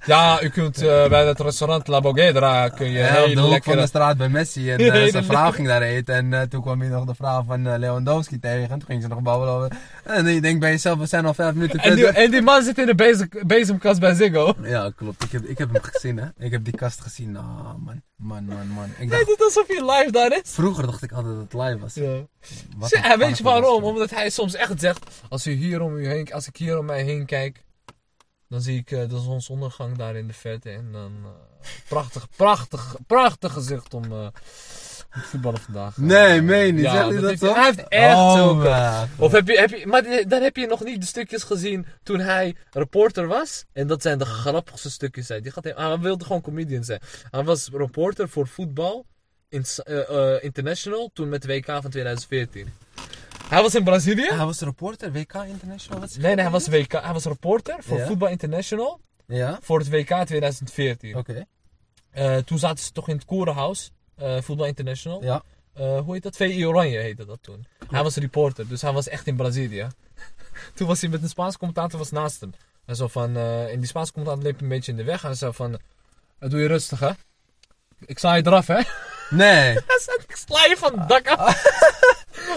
Speaker 1: Ja, u kunt eh, bij het restaurant La Boguedra kun je
Speaker 2: Ja, op de
Speaker 1: hele
Speaker 2: hoek van de
Speaker 1: lekkere...
Speaker 2: straat bij Messi. En eh,
Speaker 1: Hele
Speaker 2: zijn
Speaker 1: lekkere-
Speaker 2: vrouw ging daar eten. En eh, toen kwam hier nog de vrouw van eh, Lewandowski tegen. En toen ging ze nog babbelen over. En je denkt bij jezelf, we zijn al vijf minuten
Speaker 1: En die,
Speaker 2: verder.
Speaker 1: en die man zit in de bezem- bezemkast bij Ziggo.
Speaker 2: Ja, klopt. Ik heb, ik heb hem gezien, hè. Ik heb die kast gezien. Nou, man. Man, man, man.
Speaker 1: Hij
Speaker 2: Ik dacht,
Speaker 1: doet alsof hij live daar is.
Speaker 2: vroeger dacht ik altijd dat het live was.
Speaker 1: Ja.
Speaker 2: Wat
Speaker 1: Zeg,
Speaker 2: een
Speaker 1: en weet je
Speaker 2: varken was
Speaker 1: waarom?
Speaker 2: dat.
Speaker 1: Omdat hij soms echt zegt: als, u hier om u heen, als ik hier om mij heen kijk, dan zie ik eh, de zonsondergang daar in de verte. En dan eh, prachtig, prachtig, prachtig gezicht om eh, om te voetballen vandaag. eh.
Speaker 2: Nee, meen niet.
Speaker 1: Ja,
Speaker 2: Zegt hij
Speaker 1: dat
Speaker 2: dat
Speaker 1: heeft-
Speaker 2: toch?
Speaker 1: hij heeft echt
Speaker 2: oh,
Speaker 1: zo-
Speaker 2: man.
Speaker 1: Of heb je, heb je, maar die- dan heb je nog niet de stukjes gezien toen hij reporter was. En dat zijn de grappigste stukjes. Zijn. Die gaat hij, hij wilde gewoon comedian zijn. Hij was reporter voor voetbal in, s- eh, eh, international toen met de WK van 2014. Hij was in Brazilië.
Speaker 2: Hij was reporter, WK International. Wat zeg
Speaker 1: Ah, Nee, nee, hij
Speaker 2: je?
Speaker 1: was, WK, hij was reporter voor
Speaker 2: Ja?
Speaker 1: Voetbal International
Speaker 2: Ja?
Speaker 1: voor het WK 2014.
Speaker 2: Oké.
Speaker 1: Eh, toen zaten ze toch in het Korenhaus, eh Voetbal International.
Speaker 2: Ja.
Speaker 1: Eh, hoe heet dat? VI Oranje heette dat toen. Hij was reporter, dus hij was echt in Brazilië. toen was hij met een Spaanse commentator was naast hem. En zo van, eh, en die Spaanse commentator liep een beetje in de weg. En zo van, "Eh, doe je rustig hè. Ik sla je eraf hè.
Speaker 2: Nee.
Speaker 1: Hij zei, ik sla je van het dak af.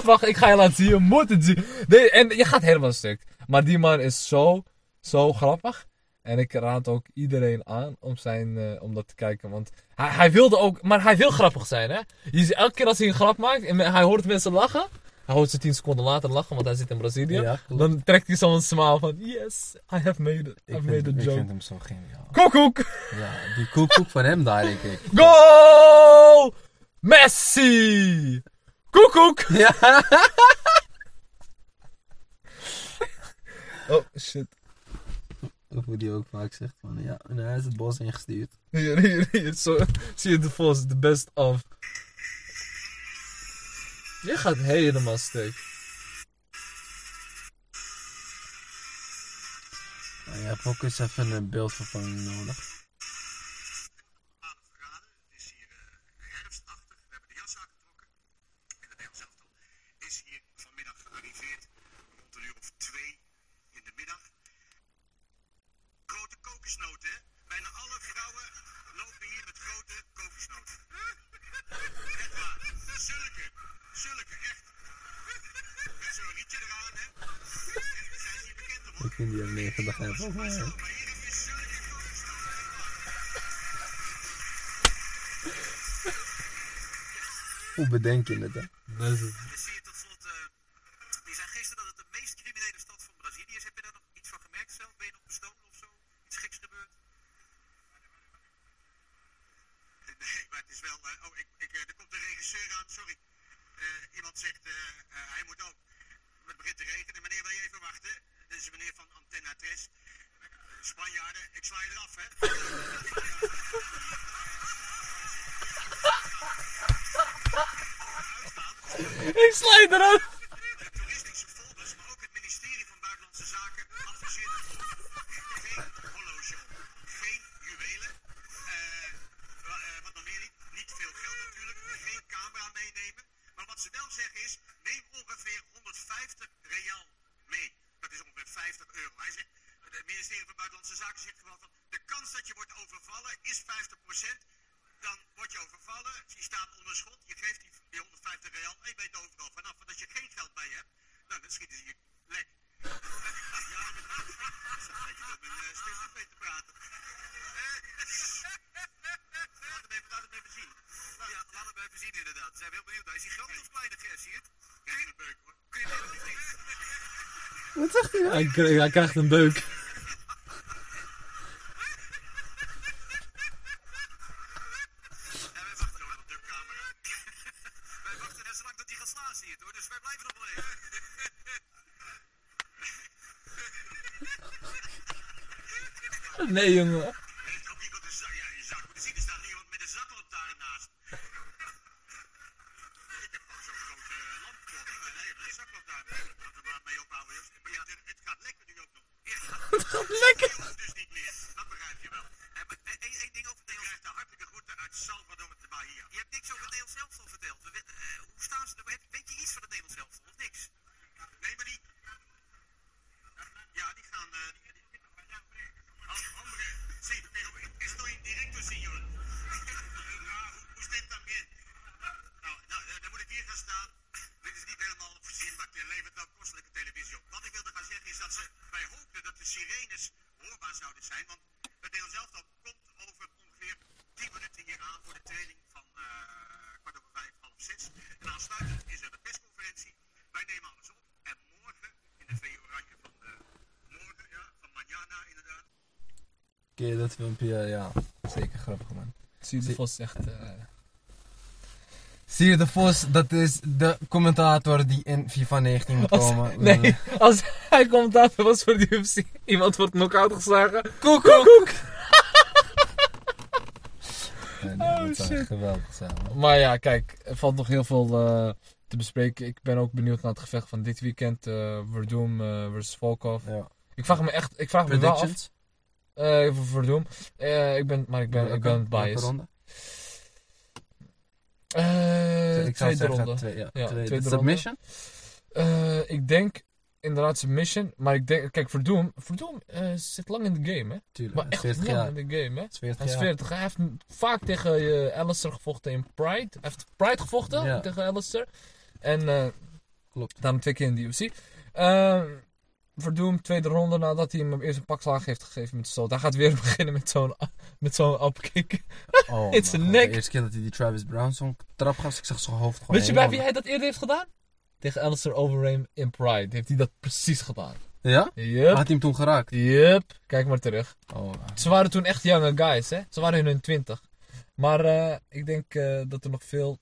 Speaker 1: Wacht, ik ga je laten zien. Je moet het zien. Nee, en je gaat helemaal stuk. Maar die man is zo, zo grappig. En ik raad ook iedereen aan om, zijn, eh, om dat te kijken. Want hij, hij wilde ook... Maar hij wil grappig zijn, hè? Je ziet, elke keer als hij een grap maakt en hij hoort mensen lachen... Hij hoort ze tien seconden later lachen, want hij zit in Brazilië.
Speaker 2: Ja, klopt.
Speaker 1: dan trekt hij zo'n smile van... Yes, I have made it. I've
Speaker 2: Ik
Speaker 1: made
Speaker 2: vind,
Speaker 1: a
Speaker 2: ik
Speaker 1: joke.
Speaker 2: vind hem zo geniaal.
Speaker 1: Koekoek!
Speaker 2: Ja, die koekoek van hem daar, denk ik.
Speaker 1: Goal! Messi! Koekoek!
Speaker 2: Ja.
Speaker 1: Oh, shit.
Speaker 2: Of hoe die ook vaak zegt van, ja, en hij is het bos ingestuurd.
Speaker 1: Hier, hier, hier. Zo, zie je de vos, de best of. Je gaat helemaal stuk.
Speaker 2: Maar je hebt ook eens even een beeldvervanging nodig.
Speaker 3: eh, is hier vanmiddag gearriveerd rond een uur of twee in de middag. Grote kokosnoot, hè? Bijna alle vrouwen lopen hier met grote kokosnoot. Echt waar. Zulke, zulke, echt. Met zo'n rietje eraan, hè? Echt, daar zijn ze hier bekend om, hoor.
Speaker 2: Ik vind die hem 90 hebben. ook wel, hè.
Speaker 3: Maar hier heb je zulke kokosnoot.
Speaker 2: Hoe bedenk je het, hè?
Speaker 3: En zie je tot slot, eh, die zei gisteren dat het de meest criminele stad van Brazilië is. Heb je daar nog iets van gemerkt zelf? Ben je nog bestolen of zo? Iets geks gebeurd? Nee, maar het is wel... eh, oh, ik, ik, eh, er komt een regisseur aan, sorry. Eh, iemand zegt, eh, eh, hij moet ook. Maar Het begint te regenen. Meneer, wil je even wachten? Dit is meneer van Antenna 3. Spanjaarden, ik sla je eraf, hè?
Speaker 1: Ik sla je eruit!
Speaker 3: De toeristische folders, maar ook het ministerie van Buitenlandse Zaken adviseert het volgende. geen horloge om, geen juwelen, eh, wa- eh, wat nog meer niet, niet veel geld natuurlijk, geen camera meenemen. Maar wat ze wel zeggen is, neem ongeveer 150 real mee. Dat is ongeveer 50 euro. Hij zegt, het ministerie van Buitenlandse Zaken zegt gewoon van, de kans dat je wordt overvallen is 50%. Dan word je overvallen, je staat onder schot, je geeft die, die 150 real en je bent overal vanaf. Want als je geen geld bij je hebt, nou, dan schieten ze je lek. ja, inderdaad. Zag dat je met mijn uh, stift mee te praten. laat, hem even, laat hem even zien. Laat, laat hem even zien inderdaad. Zijn we heel benieuwd. Is hij groot of kleine gers hier? Kijk, een beuk hoor. Kun je hem even zien?
Speaker 2: Wat zegt hij nou?
Speaker 1: Hij, krijgt- hij krijgt een beuk.
Speaker 3: En wij wachten nog op de camera. wij wachten net zo lang dat hij gaat slaan, zie je het hoor. Dus wij blijven nog wel even.
Speaker 1: Nee, jongen.
Speaker 3: Heeft ook iemand een zak? Ja, je zou het moeten zien. Er staat iemand met een zaklamp daarnaast. Ik heb al zo'n grote eh, lamp voor. Eh, Nee, een zaklamp daar. Laten we maar mee ophouden, jongens. Maar ja, het gaat lekker nu ook nog. Ja,
Speaker 1: Lekker!
Speaker 3: het dus niet meer. Dat begrijp je wel. Eh, maar, eh, één- één ding over. eh, eh, Oh, Nou, eh, eh, eh,
Speaker 2: keer dat filmpje, ja, zeker grappig man.
Speaker 1: Zie de
Speaker 2: Zie-
Speaker 1: Vos echt... eh,
Speaker 2: Sier de Vos, dat is de commentator die in FIFA 19 moet
Speaker 1: Als-
Speaker 2: komen.
Speaker 1: Oh, nee, als hij commentator was voor de UFC, iemand wordt knock-out geslagen.
Speaker 2: koek, koek, koek. Ja, nee,
Speaker 1: Oh,
Speaker 2: dat zou
Speaker 1: shit.
Speaker 2: echt geweldig zijn. man.
Speaker 1: Maar ja, kijk, er valt nog heel veel eh, te bespreken. Ik ben ook benieuwd naar het gevecht van dit weekend. eh Verdum eh versus Volkov.
Speaker 2: Ja.
Speaker 1: Ik vraag me echt... Ik vraag me wel af...
Speaker 2: Predictions?
Speaker 1: eh voor Verdum. Eh, ik ben, maar ik ben, ik ben
Speaker 2: Welke- welke
Speaker 1: biased.
Speaker 2: ronde?
Speaker 1: Eh
Speaker 2: ik zou
Speaker 1: tweede
Speaker 2: zeggen
Speaker 1: ronde.
Speaker 2: twee, ja,
Speaker 1: Ja,
Speaker 2: tweede.
Speaker 1: tweede
Speaker 2: Submission?
Speaker 1: Eh, ik denk inderdaad submission. Maar ik denk... Kijk, Verdum... Verdum eh, zit lang in de game, hè?
Speaker 2: Tuurlijk,
Speaker 1: Maar
Speaker 2: hij is
Speaker 1: echt
Speaker 2: 40
Speaker 1: lang
Speaker 2: jaar.
Speaker 1: in de game, hè?
Speaker 2: Hij is 40
Speaker 1: Hij is
Speaker 2: jaar.
Speaker 1: 40. Hij heeft vaak tegen eh, Alistair gevochten in Pride. Hij heeft Pride gevochten
Speaker 2: Ja.
Speaker 1: tegen Alistair. En eh
Speaker 2: Klopt.
Speaker 1: daarom twee keer in de UFC. Ehm Verdum, tweede ronde nadat hij hem eerst een pakslaag heeft gegeven met de stoot. Hij gaat weer beginnen met zo'n, met zo'n upkick.
Speaker 2: Oh,
Speaker 1: It's
Speaker 2: mijn
Speaker 1: a
Speaker 2: god,
Speaker 1: neck.
Speaker 2: De eerste keer dat hij die Travis Brown zo'n trap gaf, ik zag zijn hoofd gewoon
Speaker 1: Weet je bij wie
Speaker 2: helemaal-
Speaker 1: hij dat eerder heeft gedaan? Tegen Alistair Overeem in Pride. Heeft hij dat precies gedaan.
Speaker 2: Ja? Maar
Speaker 1: Yup.
Speaker 2: Had hij hem toen geraakt?
Speaker 1: Yup. Kijk maar terug.
Speaker 2: Oh,
Speaker 1: Ze waren toen echt jonge guys, hè? Ze waren in hun twintig. Maar eh, ik denk eh, dat er nog veel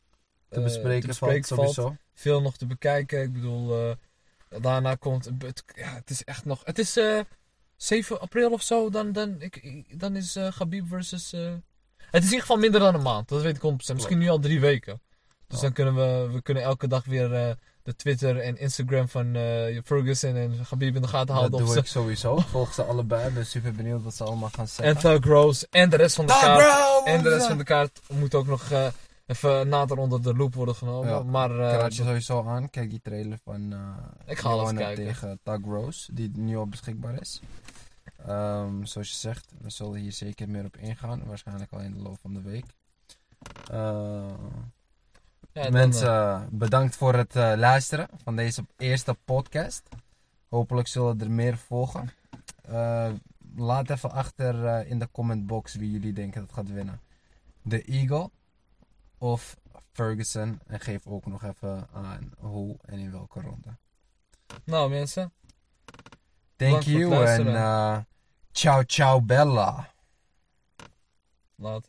Speaker 2: te
Speaker 1: eh,
Speaker 2: bespreken,
Speaker 1: bespreken
Speaker 2: valt sowieso.
Speaker 1: Veel nog te bekijken. Ik bedoel, eh, daarna komt. Het, ja, het is echt nog. Het is eh, 7 april of zo. Dan, dan, ik, ik- dan is eh Khabib versus. eh, het is in ieder geval minder dan een maand. Dat weet ik 100%. Misschien nu al drie weken. Dus
Speaker 2: Ja.
Speaker 1: dan kunnen we, we kunnen elke dag weer eh, de Twitter en Instagram van eh Ferguson en Khabib in de gaten
Speaker 2: Dat
Speaker 1: houden. Of
Speaker 2: doe
Speaker 1: ze,
Speaker 2: ik sowieso. Volg ze allebei. Ik ben super benieuwd wat ze allemaal gaan zeggen.
Speaker 1: en Thug Rose en de rest van de
Speaker 2: Ah,
Speaker 1: kaart.
Speaker 2: bro!
Speaker 1: En de rest van de kaart moet ook nog eh, even nader onder de loep worden genomen.
Speaker 2: Ja.
Speaker 1: Maar eh,
Speaker 2: Raad je sowieso aan. Kijk die trailer van eh
Speaker 1: Ik ga alles
Speaker 2: Johanna
Speaker 1: kijken.
Speaker 2: tegen Tag Rose, die nu al beschikbaar is. Ehm, zoals je zegt, we zullen hier zeker meer op ingaan. Waarschijnlijk al in de loop van de week. Eh,
Speaker 1: ja, dan,
Speaker 2: Mensen, bedankt voor het eh, luisteren van deze eerste podcast. Hopelijk zullen er meer volgen. Eh, laat even achter eh, in de comment box wie jullie denken dat gaat winnen. De Eagle of Ferguson. En geef ook nog even aan hoe en in welke ronde.
Speaker 1: eh, nou mensen.
Speaker 2: Thank eh,
Speaker 1: Bedankt voor het
Speaker 2: you en
Speaker 1: luisteren.
Speaker 2: eh, ciao ciao bella.
Speaker 1: Later.